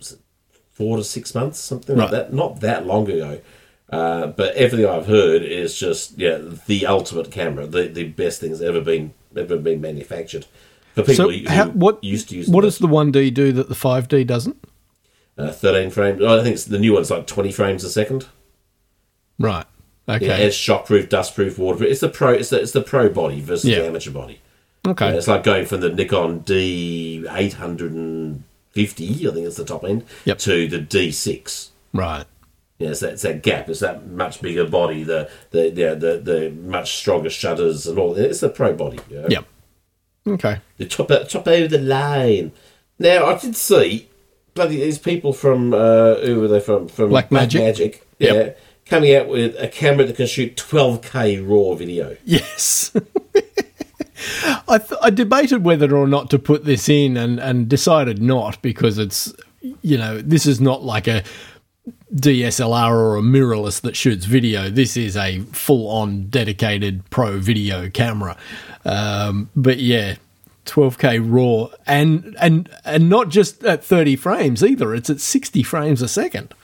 four to six months, something like Right. that. Not that long ago. Uh, but everything I've heard is just yeah, the ultimate camera, the, the best thing's ever been ever been manufactured for people So, who how, what used to use What them. does the one D do that the five D doesn't? uh, thirteen frames. Oh, I think it's the new one's like twenty frames a second. Right. Okay. Yeah, it's shockproof, dustproof, waterproof. It's the pro. It's the, it's the pro body versus Yeah. the amateur body. okay. Yeah, it's like going from the Nikon D eight hundred and fifty, I think it's the top end, Yep. to the D six. Right. Yeah, it's that, it's that gap. It's that much bigger body, the the the the, the much stronger shutters and all. It's the pro body. You know? Yep. Okay. the top top over the line. Now I did see bloody these people from uh, who were they from from Black Magic. Magic, yeah, Yep. coming out with a camera that can shoot 12k raw video. Yes. I, th- I debated whether or not to put this in and, and decided not because it's, you know, this is not like a DSLR or a mirrorless that shoots video. This is a full on dedicated pro video camera. Um, but yeah. 12k raw and and and not just at 30 frames either it's at 60 frames a second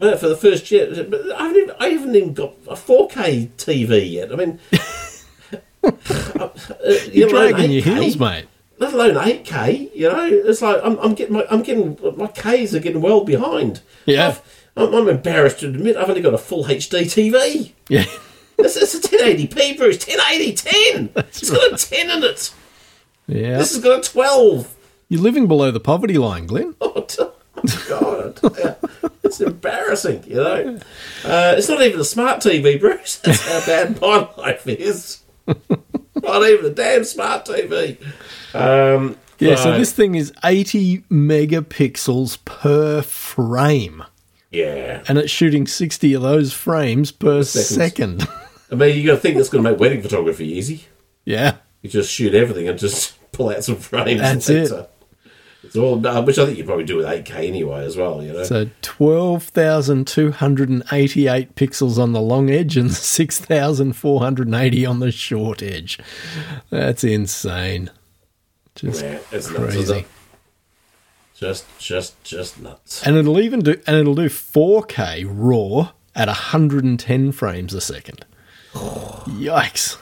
Uh, for the first year, but I haven't, even, I haven't even got a 4K TV yet. I mean, uh, you're dragging your eh? heels mate let alone 8k. You know, it's like I'm, I'm getting my I'm getting my K's are getting well behind. Yeah. I've- I'm, I'm embarrassed to admit I've only got a full HD TV. yeah It's, it's a 1080p, Bruce. 1080, 10. it's got a 10 in it. yeah This has got a 12. you're living below the poverty line glenn Oh, t- oh, God, Yeah. it's embarrassing. You know, uh, it's not even a smart TV, Bruce. That's how bad my life is. Not even a damn smart TV. Um, Yeah, so right. this thing is 80 megapixels per frame, yeah. and it's shooting 60 of those frames per Seconds. second. I mean, you got to think that's going to make wedding photography easy. yeah, You just shoot everything and just pull out some frames. That's and it. a- It's all about, which I think you probably do with 8K anyway as well. You know, so 12,288 pixels on the long edge and 6,480 on the short edge. That's insane. Just Yeah, it's nuts, isn't crazy. it? Just, just, just nuts. And it'll even do and it'll do 4K raw at 110 frames a second. Yikes.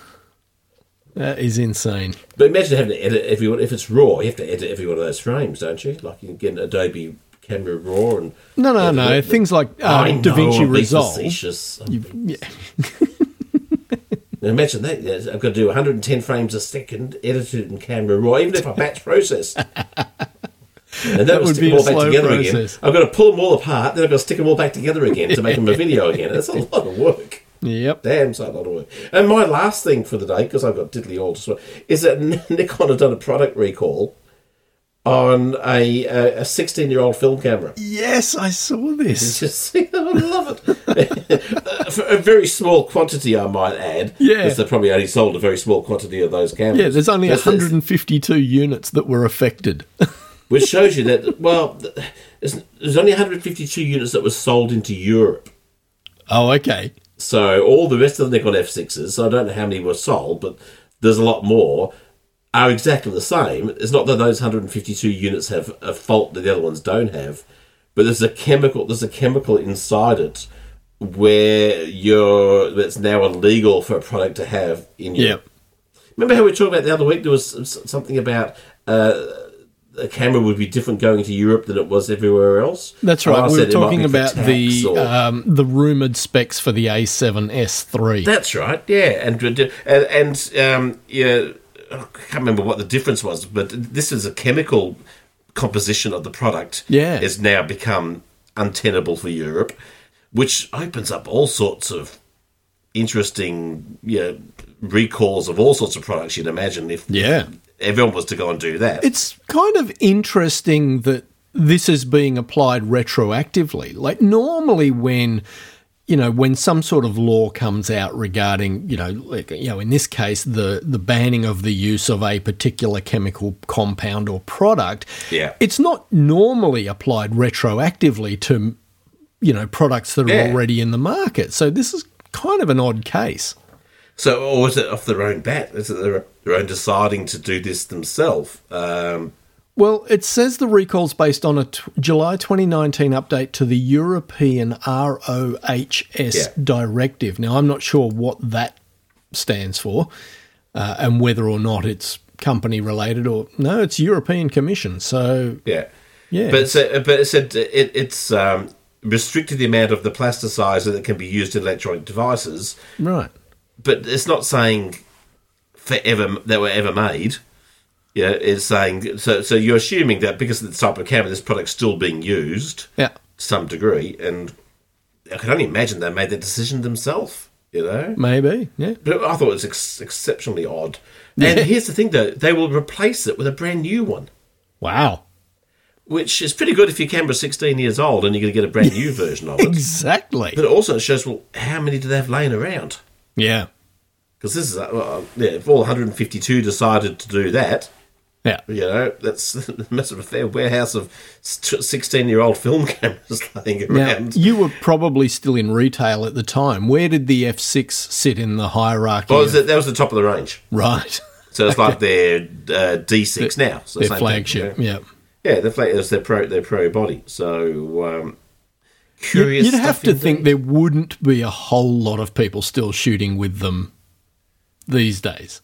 That is insane. But imagine having to edit every one. If it's raw, you have to edit every one of those frames, don't you? Like you can get an Adobe Camera Raw and No, no, no. Things like uh, I Da know, Vinci I'll be Resolve. facetious. I'll be- Now imagine that. yes, I've got to do 110 frames a second, edited in Camera Raw, even if I batch process. And that, That was would stick be them a all back slow together again. process. I've got to pull them all apart, then I've got to stick them all back together again to make them a video again. That's a lot of work. Yep. Damn sight lot of work. And my last thing for the day, because I've got diddly all to swear, is that Nikon had done a product recall on a a 16 year old film camera. Yes, I saw this. It's just, I love it. For a very small quantity, I might add. Yeah. Because they probably only sold a very small quantity of those cameras. Yeah, there's only That's- 152 units that were affected. Which shows you that, well, th- there's there's only 152 units that were sold into Europe. oh, okay. So all the rest of the Nikon F6s, so I don't know how many were sold, but there's a lot more, are exactly the same. It's not that those 152 units have a fault that the other ones don't have, but there's a chemical there's a chemical inside it where you're that's now illegal for a product to have in you. Yep. Remember how we talked about the other week? There was s- s- something about uh, a camera would be different going to Europe than it was everywhere else. That's And I right. We said were it might talking be for about the tax or- um, the rumored specs for the A7S3. That's right. Yeah, and and, and um, yeah, I can't remember what the difference was, but this is a chemical composition of the product. Yeah. has now become untenable for Europe, which opens up all sorts of interesting, you know, recalls of all sorts of products. You'd imagine if yeah. everyone was to go and do that. It's kind of interesting that this is being applied retroactively. Like normally when you know when some sort of law comes out regarding you know like, you know in this case the the banning of the use of a particular chemical compound or product Yeah. it's not normally applied retroactively to you know products that are Yeah. already in the market so this is kind of an odd case So, or is it off their own bat? Is it their, their own deciding to do this themselves? Um, Well, it says the recall's based on a t- July 2019 update to the European ROHS Yeah. directive. Now, I'm not sure what that stands for uh, and whether or not it's company related or no, it's European Commission. So, yeah. yeah. But it said, but it said it, it's um, restricted the amount of the plasticizer that can be used in electronic devices, right. but it's not saying forever that were ever made. Yeah, it's saying so. So you're assuming that because of the type of camera, this product's still being used Yeah. to some degree, and I can only imagine they made that decision themselves. You know, Maybe. Yeah. but I thought it was ex- exceptionally odd. And here's the thing, though, they will replace it with a brand new one Wow. which is pretty good if your camera's 16 years old and you're going to get a brand new version of it. Exactly. But it also shows, well, how many do they have laying around? Yeah. Because this is, uh, well, yeah, if all 152 decided to do that, Yeah. you know, that's a massive affair warehouse of 16 year old film cameras laying Now, around. you were probably still in retail at the time. Where did the F6 sit in the hierarchy? well, of- is that, that was the top of the range. right. So it's like their uh, D6 now. So Their same thing, flagship. you know? Yeah. Yeah, their flag, it's their pro, their pro body. So um, curious. You'd have stuff to indeed. think there wouldn't be a whole lot of people still shooting with them these days.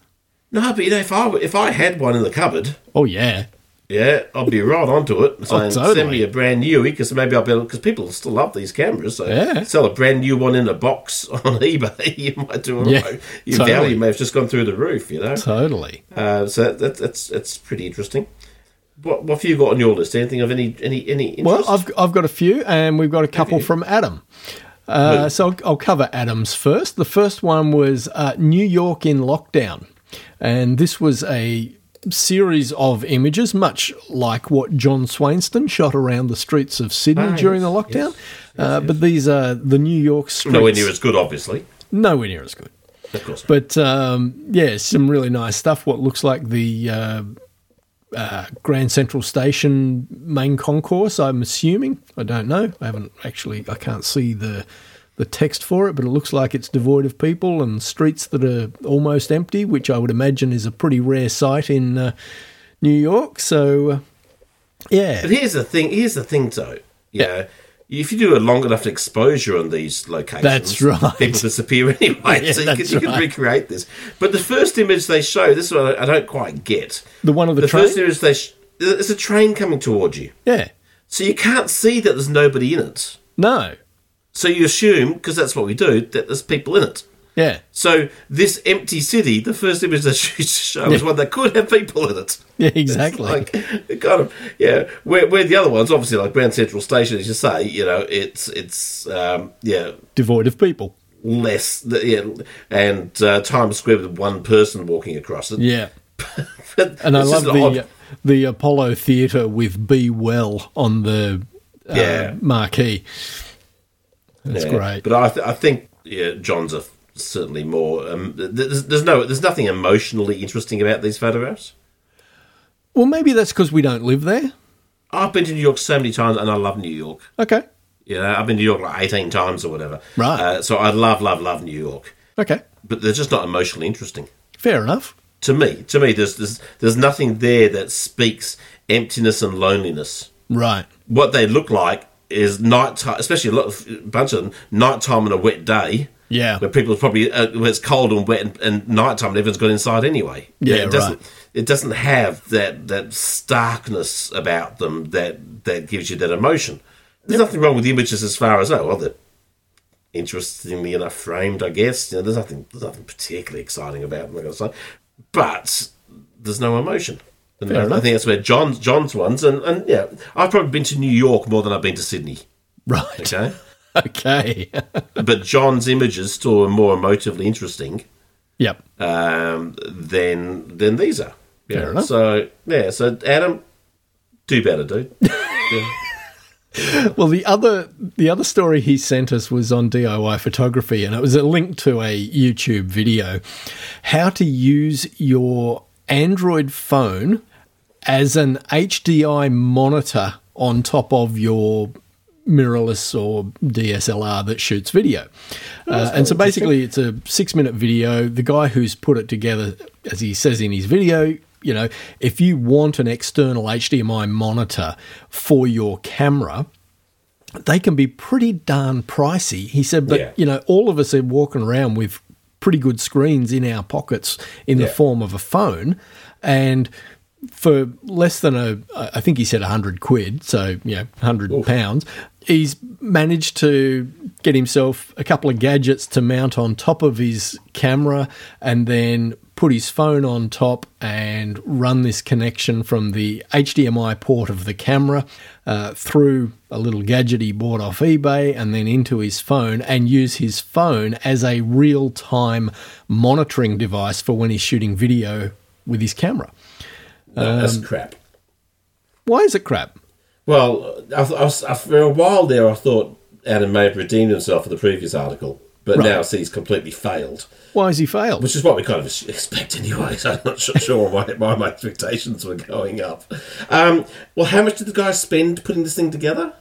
No, but you know, if I if I had one in the cupboard, Oh yeah, Yeah, I'll be right onto it. So send Oh, totally. me a brand new because maybe I'll be because people still love these cameras. So Yeah. sell a brand new one in a box on eBay. You might do all right. Yeah, Your totally. value may have just gone through the roof. You know. totally. Uh, so that, that, that's that's pretty interesting. What what have you got on your list? Anything of any any any interest? Well, I've I've got a few, and we've got a couple from Adam. Uh, so I'll, I'll cover Adam's first. The first one was uh, New York in lockdown, and this was a series of images, much like what John Swainston shot around the streets of Sydney Ah, during yes, the lockdown. uh, But these are the New York streets. nowhere near as good, obviously. nowhere near as good. Of course. But um, yeah, some really nice stuff. What looks like the uh, uh, Grand Central Station main concourse. I'm assuming. I don't know. I haven't actually. I can't see the the text for it, but it looks like it's devoid of people and streets that are almost empty, which I would imagine is a pretty rare sight in uh, New York. So, uh, yeah. But here's the thing. Here's the thing, though. You know, if you do a long enough exposure on these locations, That's right. People disappear anyway, Yeah, so you can, that's you can right. recreate this. But the first image they show, this is what I, I don't quite get. The one of the first train? image they, sh- it's a train coming towards you, Yeah. so you can't see that there's nobody in it. No. So you assume, because that's what we do, that there's people in it. Yeah. So this empty city, the first image they show is one that could have people in it. Yeah, exactly. Like, it kind of, yeah. Where, where the other ones, obviously, like Grand Central Station, as you say, you know, it's it's um, yeah Devoid of people. less yeah, and uh, Times Square with one person walking across it. Yeah. But And I it's love just an the uh, odd- the Apollo Theatre with "Be Well" on the uh, Yeah. marquee. That's yeah. uh, great. But I th- I think yeah, John's a certainly more. Um, th- there's, there's no there's nothing emotionally interesting about these photographs. well, maybe that's because we don't live there. I've been to New York so many times, and I love New York. Okay. You know, I've been to New York like 18 times or whatever. Right. Uh, so I love, love, love New York. Okay. But they're just not emotionally interesting. Fair enough. To me, to me, there's, there's, there's nothing there that speaks emptiness and loneliness. Right. What they look like is nighttime, especially a lot of, a bunch of them, nighttime on a wet day. Yeah. Where people probably, uh, where it's cold and wet and, and nighttime and everyone's got inside anyway. Yeah, It doesn't, right. it doesn't have that, that starkness about them that, that gives you that emotion. There's nothing wrong with the images as far as, oh, well, they're interestingly enough framed, I guess. You know, there's nothing there's nothing particularly exciting about them, like I say. But there's no emotion. And I, enough. think that's where John's John's ones and, and yeah, I've probably been to New York more than I've been to Sydney. Right. Okay. Okay. but John's images still are more emotively interesting yep. um, than than these are. Yeah. Fair enough. So yeah, so Adam, do better, dude. Well, the other the other story he sent us was on DIY photography, and it was a link to a YouTube video, how to use your Android phone as an HDI monitor on top of your mirrorless or DSLR that shoots video. Uh, and so basically, it's a six minute video. The guy who's put it together, as he says in his video, you know, if you want an external HDMI monitor for your camera, they can be pretty darn pricey. He said, but Yeah. you know, all of us are walking around with pretty good screens in our pockets in the Yeah. form of a phone, and for less than a, I think he said hundred quid, so you know, hundred pounds, he's managed to get himself a couple of gadgets to mount on top of his camera, and then put his phone on top and run this connection from the HDMI port of the camera uh, through a little gadget he bought off eBay and then into his phone and use his phone as a real time monitoring device for when he's shooting video with his camera. No, that's crap. Why is it crap? Well, I, th- I was, I, for a while there, I thought Adam may have redeemed himself for the previous article, but now I see he's completely failed, Why has he failed? which is what we kind of ex- expect anyway. So I'm not su- sure why, why my expectations were going up. Um, well, how much did the guy spend putting this thing together?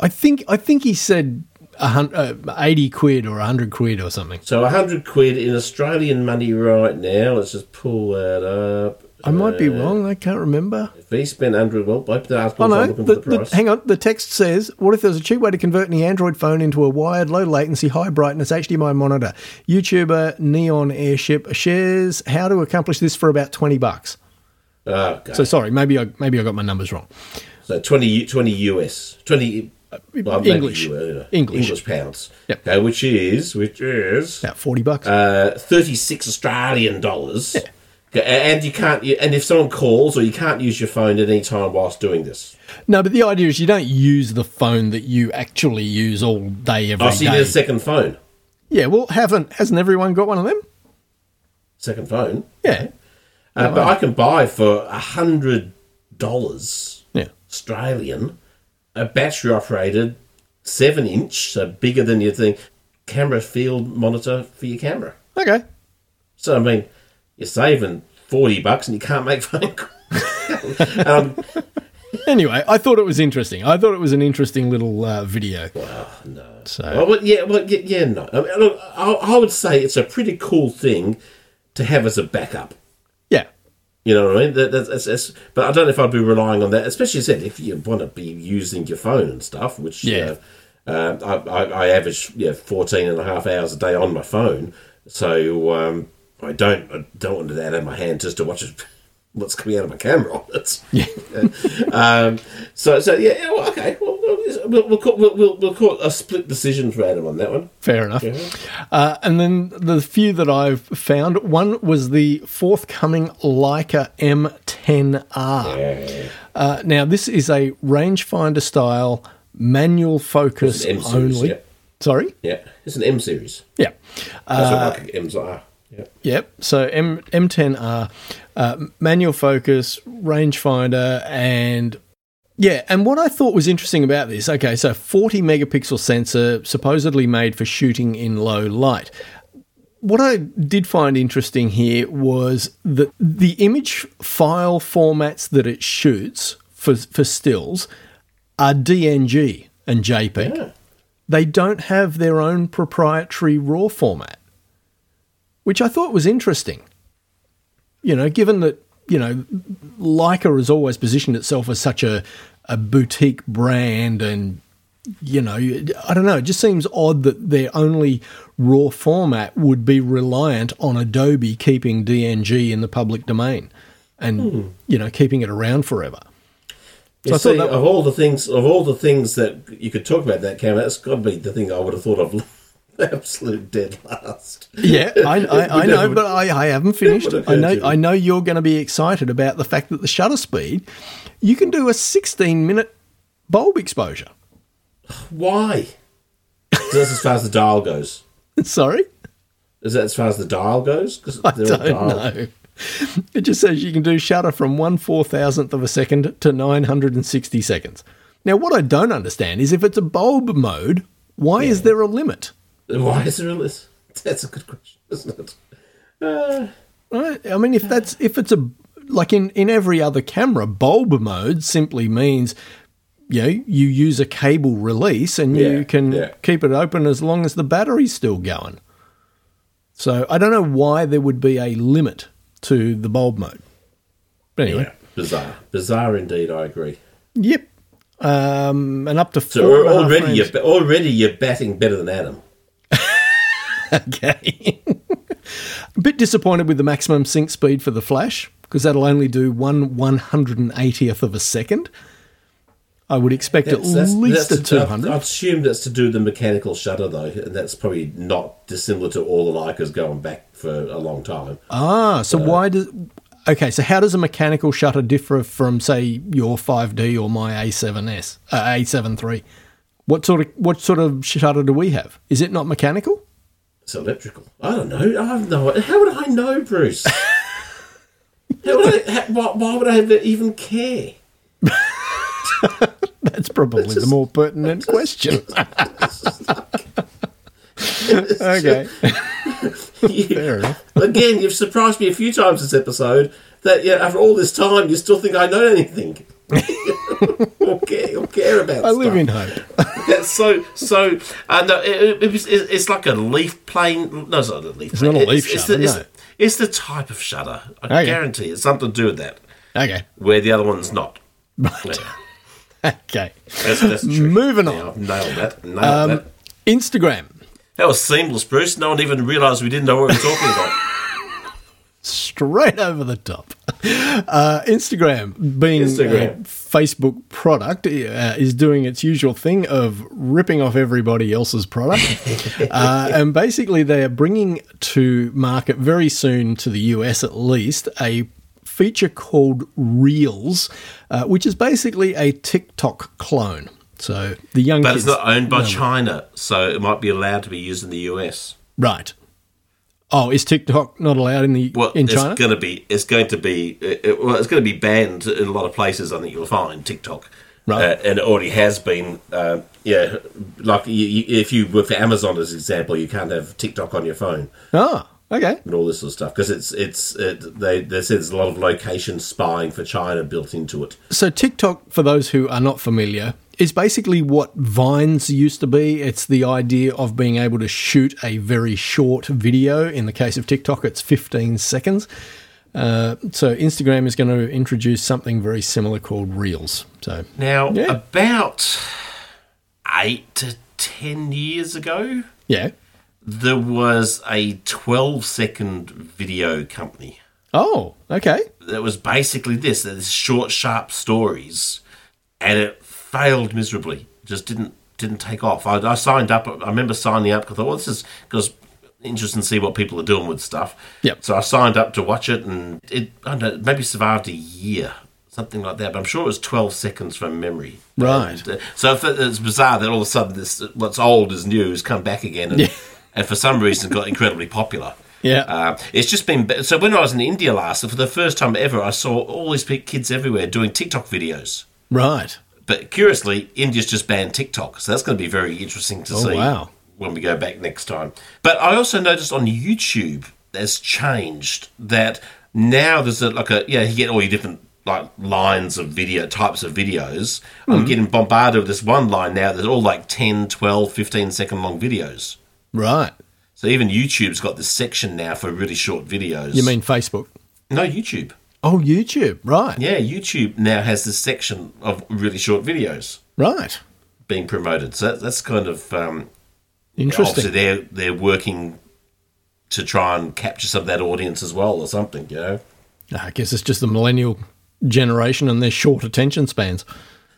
I think I think he said a hun- uh, 80 quid or 100 quid or something. So 100 quid in Australian money right now. Let's just pull that up. I might be wrong. I can't remember. If he spent 100, well, open the Oh article. I'm no! looking The, for the the- price. hang on. The text says, "What if there's a cheap way to convert any Android phone into a wired, low latency, high brightness HDMI monitor?" YouTuber Neon Airship shares how to accomplish this for about twenty bucks. Oh, God. So sorry, maybe I maybe I got my numbers wrong. So 20, U- 20 US, 20 well, maybe English. uh, English. English pounds. Yep. Okay, which is which is About forty bucks. uh, 36 Australian dollars. Okay, a- And you can't you- and if someone calls or you can't use your phone at any time whilst doing this. no, but the idea is you don't use the phone that you actually use all day every I day. see there's a second phone. yeah, well, haven't hasn't everyone got one of them? Second phone. Yeah, Uh, but I can buy for a hundred dollars yeah, Australian a battery operated seven inch, so bigger than your thing, camera field monitor for your camera. okay. So I mean, you're saving forty bucks and you can't make phone calls. um, Anyway, I thought it was interesting. I thought it was an interesting little uh, video. no. So- Well, well, yeah, well, yeah, yeah, no. I mean, look, I, I would say it's a pretty cool thing to have as a backup. Yeah, You know what I mean? That, that's, that's, that's- but I don't know if I'd be relying on that, especially as I said if you want to be using your phone and stuff, which Yeah. uh, uh, I, I, I average yeah, 14 and a half hours a day on my phone. So um, I don't I don't want that in my hand just to watch it, what's coming out of my camera on it. Yeah. um, so, so yeah, yeah, well, okay. Well, we'll, we'll, call, we'll, we'll, we'll call it a split decision for Adam on that one. Fair enough. Uh, and then the few that I've found, one was the forthcoming Leica M10R. Yeah. Uh, now, this is a rangefinder style, manual focus It's an M series, only. yeah. Sorry? Yeah. It's an M series. Yeah. That's what like M's are. Yeah. Yep. So M M10R, uh, manual focus, rangefinder, and yeah. And what I thought was interesting about this, okay, so 40 megapixel sensor, supposedly made for shooting in low light. What I did find interesting here was that the image file formats that it shoots for for stills are DNG and JPEG. They don't have their own proprietary RAW format which I thought was interesting. You know, given that you know Leica has always positioned itself as such a a boutique brand, and you know, I don't know, it just seems odd that their only raw format would be reliant on Adobe keeping DNG in the public domain, and you know, keeping it around forever. You I thought see, that- of all the things, of all the things that you could talk about that camera, that's got to be the thing I would have thought of absolute dead last. Yeah, I, I, I We never know, would- but I, I haven't finished. would have I know, heard you. I know you're going to be excited about the fact that the shutter speed, you can do a 16 minute bulb exposure. Why? So that's as far as the dial goes. Sorry, Is that as far as the dial goes? Because I don't know. It just says you can do shutter from one four thousandth of a second to 960 seconds. Now, what I don't understand is if it's a bulb mode, why is there a limit? Why is there a list? That's a good question, isn't it? Uh, Right? I mean, if that's if it's a like in in every other camera, bulb mode simply means you know, you use a cable release and Yeah, you can yeah. keep it open as long as the battery's still going. So I don't know why there would be a limit to the bulb mode. But anyway, Yeah, bizarre, bizarre indeed. I agree. yep. Um, and up to So four and a half already frames- you're ba- already you're batting better than Adam. Okay. a bit disappointed with the maximum sync speed for the flash because that'll only do one 180th of a second. I would expect at least that's- a I- 200. I assume that's to do with the mechanical shutter though, and that's probably not dissimilar to all the Leicas going back for a long time. ah, so uh, why does. Okay, so how does a mechanical shutter differ from, say, your 5D or my A7S, uh, A7 III? What sort of what sort of shutter do we have? Is it not mechanical? It's electrical. I don't know. I have no. How would I know, Bruce? how would I, how, why, why would I ever even care? That's probably the more pertinent question. okay. Fair enough. Again, you've surprised me a few times this episode that yeah, after all this time, you still think I know anything. or, care, or care about I live stuff. in hope. That's so so. Uh, no, it, it was, it, it's like a leaf plane. No, it's not a leaf. It's not a leaf it's, shutter, the, it's, no. Oh, it's the type of shutter. I Okay. guarantee it's something to do with that. Okay. Where the other one's not. Yeah, Okay. that's, that's the truth. Moving on. Yeah, I've nailed that. Nailed Um, that. Instagram. That was seamless, Bruce. No one even realised we didn't know what we were talking about. Straight over the top. Uh, Instagram, being Instagram. a Facebook product, uh, is doing its usual thing of ripping off everybody else's product. uh, and basically, they are bringing to market very soon, to the US at least, a feature called Reels, uh, which is basically a TikTok clone. So the young But kids, it's not owned by China, so it might be allowed to be used in the US. right? Oh, is TikTok not allowed in the Well, in it's China? going to be it's going to be it, it- well, it's going to be banned in a lot of places. I think you'll find TikTok, Right. Uh, and it already has been. Uh, yeah, like you, you, if you were for Amazon as an example, you can't have TikTok on your phone Ah, Oh, okay. and all this sort of stuff because it's it's it, they they said there's a lot of location spying for China built into it. So TikTok, for those who are not familiar, is basically what Vines used to be. It's the idea of being able to shoot a very short video. In the case of TikTok, it's 15 seconds. Uh, so Instagram is going to introduce something very similar called Reels. So Now, Yeah. about eight to ten years ago, yeah. there was a 12 second video company Oh, okay. that was basically this these short, sharp stories, and it failed miserably. Just didn't didn't take off. I, I signed up. I remember signing up because I thought, well, this is because interesting to see what people are doing with stuff. Yep. So I signed up to watch it, and it I don't know, maybe survived a year, something like that. But I'm sure it was 12 seconds from memory. Right. And, uh, so if it- it's bizarre that all of a sudden this what's old is new has come back again, and, Yeah. and for some reason got incredibly popular. Yeah. Uh, it's just been be- so. When I was in India last, for the first time ever, I saw all these pe- kids everywhere doing TikTok videos. Right. But curiously, India's just banned TikTok, so that's going to be very interesting to see Oh, wow. when we go back next time. But I also noticed on YouTube has changed that now there's a, like a yeah you get all your different like lines of video types of videos. Hmm. I'm getting bombarded with this one line now that's all like 10, 12, 15 second long videos. Right. So even YouTube's got this section now for really short videos. You mean Facebook? No, YouTube. Oh, YouTube. Right. Yeah, YouTube now has this section of really short videos Right. being promoted. So that, that's kind of um, obviously Interesting. they're they're working to try and capture some of that audience as well, or something. You know, I guess it's just the millennial generation and their short attention spans.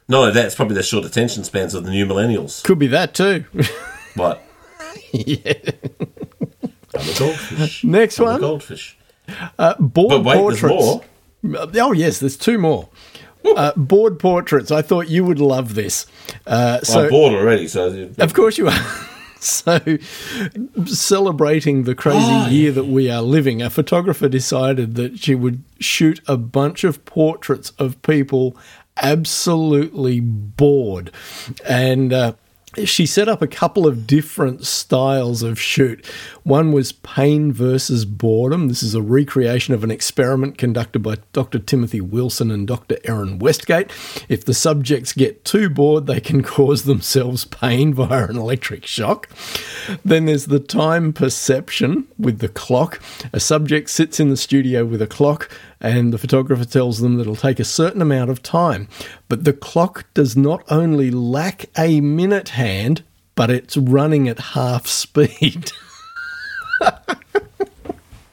not only that, it's probably the short attention spans of the new millennials. Could be that too. What? yeah. I'm a goldfish. Next I'm one. A goldfish. Board But wait, there's portraits. more. Oh yes, there's two more. Uh, board portraits. I thought you would love this. Uh, so I'm bored already. So Of course you are. so, celebrating the crazy year that we are living, a photographer decided that she would shoot a bunch of portraits of people absolutely bored. And uh, she set up a couple of different styles of shoot. One was pain versus boredom. This is a recreation of an experiment conducted by Dr. Timothy Wilson and Dr. Aaron Westgate. If the subjects get too bored, they can cause themselves pain via an electric shock. Then there's the time perception with the clock. A subject sits in the studio with a clock, and the photographer tells them that it'll take a certain amount of time. But the clock does not only lack a minute hand, but it's running at half speed.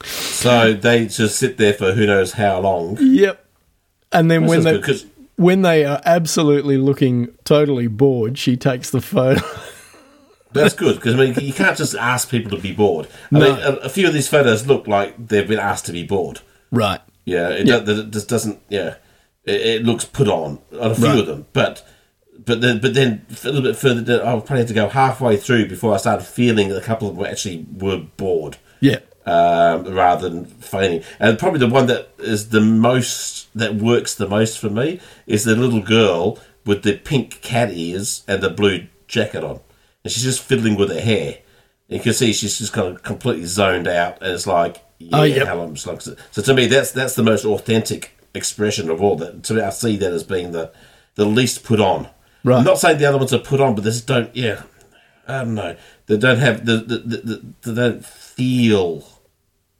so they just sit there for who knows how long. Yep. And then when is they good, 'cause- when they are absolutely looking totally bored, she takes the photo. That's good because I mean you can't just ask people to be bored. I mean, a, a few of these photos look like they've been asked to be bored. right. Yeah, it, do- that it just doesn't. Yeah, it, it looks put on on a few Right. of them, but but then but then a little bit further, down, I probably had to go halfway through before I started feeling that a couple of them were actually were bored Yeah. um, rather than feigning. And probably the one that is the most that works the most for me is the little girl with the pink cat ears and the blue jacket on, and she's just fiddling with her hair. You can see she's just kind of completely zoned out, and it's like, yeah, Oh, yep. how long? so long- So to me, that's that's the most authentic expression of all that. To me, I see that as being the the least put on. Right. I'm not saying the other ones are put on, but this don't. Yeah, I don't know. They don't have the the, the, the they don't feel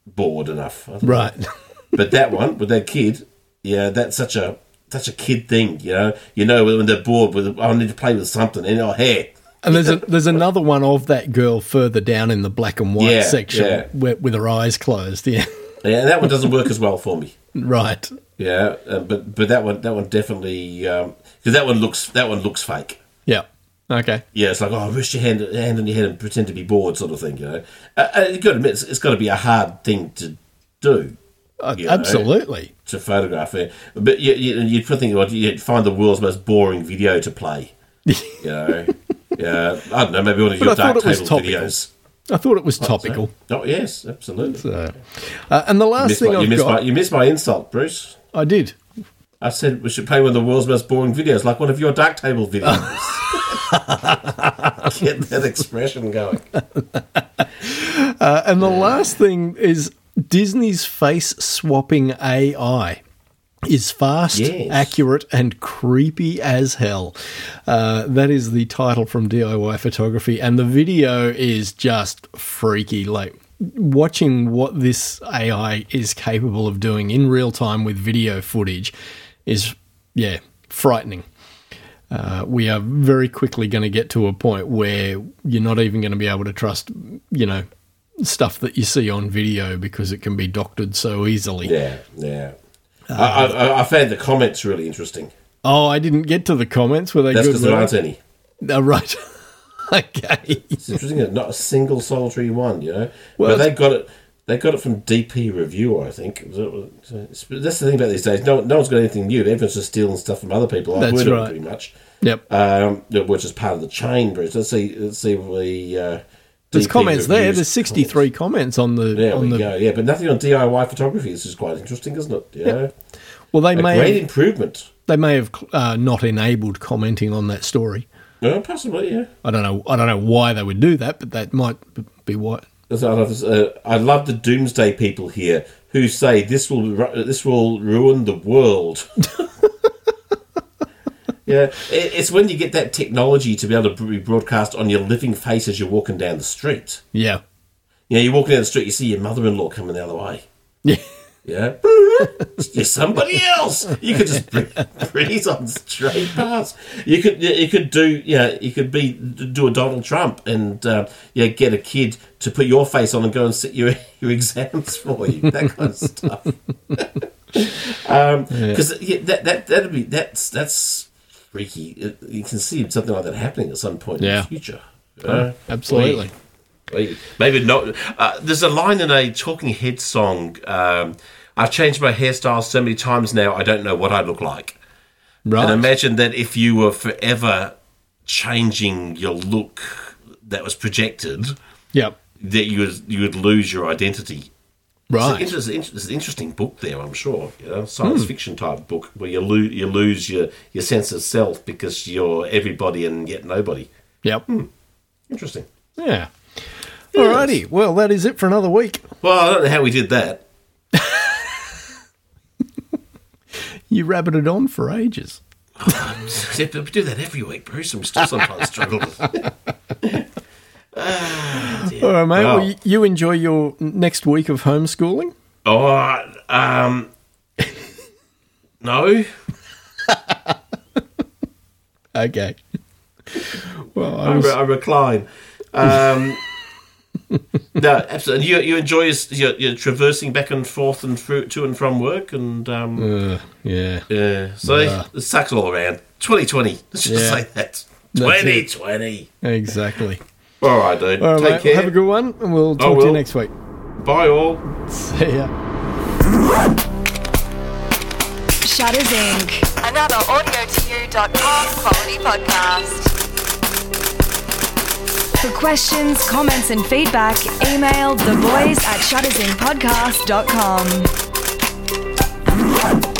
bored enough. Right. But that one with that kid, yeah, that's such a such a kid thing, you know. You know when they're bored with "Oh, I need to play with something and oh hey. And there's a, there's another one of that girl further down in the black and white Yeah, section yeah. where, with her eyes closed. Yeah. Yeah, that one doesn't work as well for me. right. Yeah, uh, but but that one that one definitely because that one looks that one looks fake. Yeah. Okay. Yeah, it's like oh, rest your hand hand on your head and pretend to be bored, sort of thing. You know, uh, uh, you got to admit it's, it's got to be a hard thing to do. Uh, you know. absolutely. to photograph it. But you, you, you'd probably think, well, you'd find the world's most boring video to play. You know, yeah, I don't know, maybe one of your I thought dark it was table topical. videos. I thought it was topical. Oh yes, absolutely. Uh, uh, and the You last missed thing my, you I've missed my, got, you missed my insult, Bruce. I did. I said we should play one of the world's most boring videos, like one of your dark table videos. Get that expression going. Uh, and the last thing is Disney's face swapping AI is fast, Yes. accurate, and creepy as hell. Uh, that is the title from DIY Photography, and the video is just freaky. Like watching what this AI is capable of doing in real time with video footage is, yeah, frightening. Uh, we are very quickly going to get to a point where you're not even going to be able to trust, you know, stuff that you see on video because it can be doctored so easily. Yeah, yeah. I, I, I found the comments really interesting. Oh, I didn't get to the comments. Were they That's good? because there were aren't they? any. Oh, right. okay. It's interesting, isn't it? not a single solitary one. You know, Well, but they got it. They got it from DP Review, I think. Was it- was it- That's the thing about these days. No, no one's got anything new. Everyone's just stealing stuff from other people. I've That's heard of it right. pretty much. Yep. Um, which is part of the chain, Bruce. Let's see. Let's see the. Uh, There's DP comments there. Review's There's 63 comments on the There on we the. go. Yeah, but nothing on DIY photography. This is quite interesting, isn't it? Yeah, Well, they a may great have, improvement. they may have uh, not enabled commenting on that story. Yeah, possibly. Yeah. I don't know. I don't know why they would do that, but that might be why. That's what I love. Uh, I love the doomsday people here who say this will ru- this will ruin the world. yeah, it, it's when you get that technology to be able to be broadcast on your living face as you're walking down the street. Yeah. You know, you're walking down the street, you see your mother-in-law coming the other way. Yeah. Yeah, you're somebody else. You could just br- breeze on straight past. You could you could do yeah you could be do a Donald Trump and uh, yeah get a kid to put your face on and go and sit your your exams for you that kind of stuff. Because yeah. that that that'd be that's that's freaky. It- you can see something like that happening at some point in Yeah. the future. Uh, Absolutely. Maybe, maybe not. Uh, there's a line in a Talking Heads song. Um, I've changed my hairstyle so many times now, I don't know what I look like. Right. And imagine that if you were forever changing your look that was projected, yep. that you would, you would lose your identity. Right. Hmm. It's, an, inter- it's, an, it's an interesting book there, I'm sure. You know, science fiction type book where you, lo- you lose your, your sense of self because you're everybody and yet nobody. yep. Interesting. Yeah. Alrighty. Well, that is it for another week. Well, I don't know how we did that. You rabbited on for ages. Yeah, but we do that every week, Bruce, and we still sometimes struggle. All right, mate. Wow. Well, y- you enjoy your next week of homeschooling. oh, um, no. Okay. Well, I I, was, re- I recline. Um, no, absolutely. You, you enjoy your, your, your traversing back and forth and through to and from work, and um, uh, yeah. yeah. So it sucks all around. Twenty twenty. Let's just Yeah. say that. That's Twenty it. twenty. Exactly. All right, dude. All right, Take mate. care. Have a good one, and we'll talk to you will. next week. Bye all. See ya. Shutters Inc. Another AudioTU.com quality podcast. For questions, comments, and feedback, email the boys at shuttersinpodcast.com.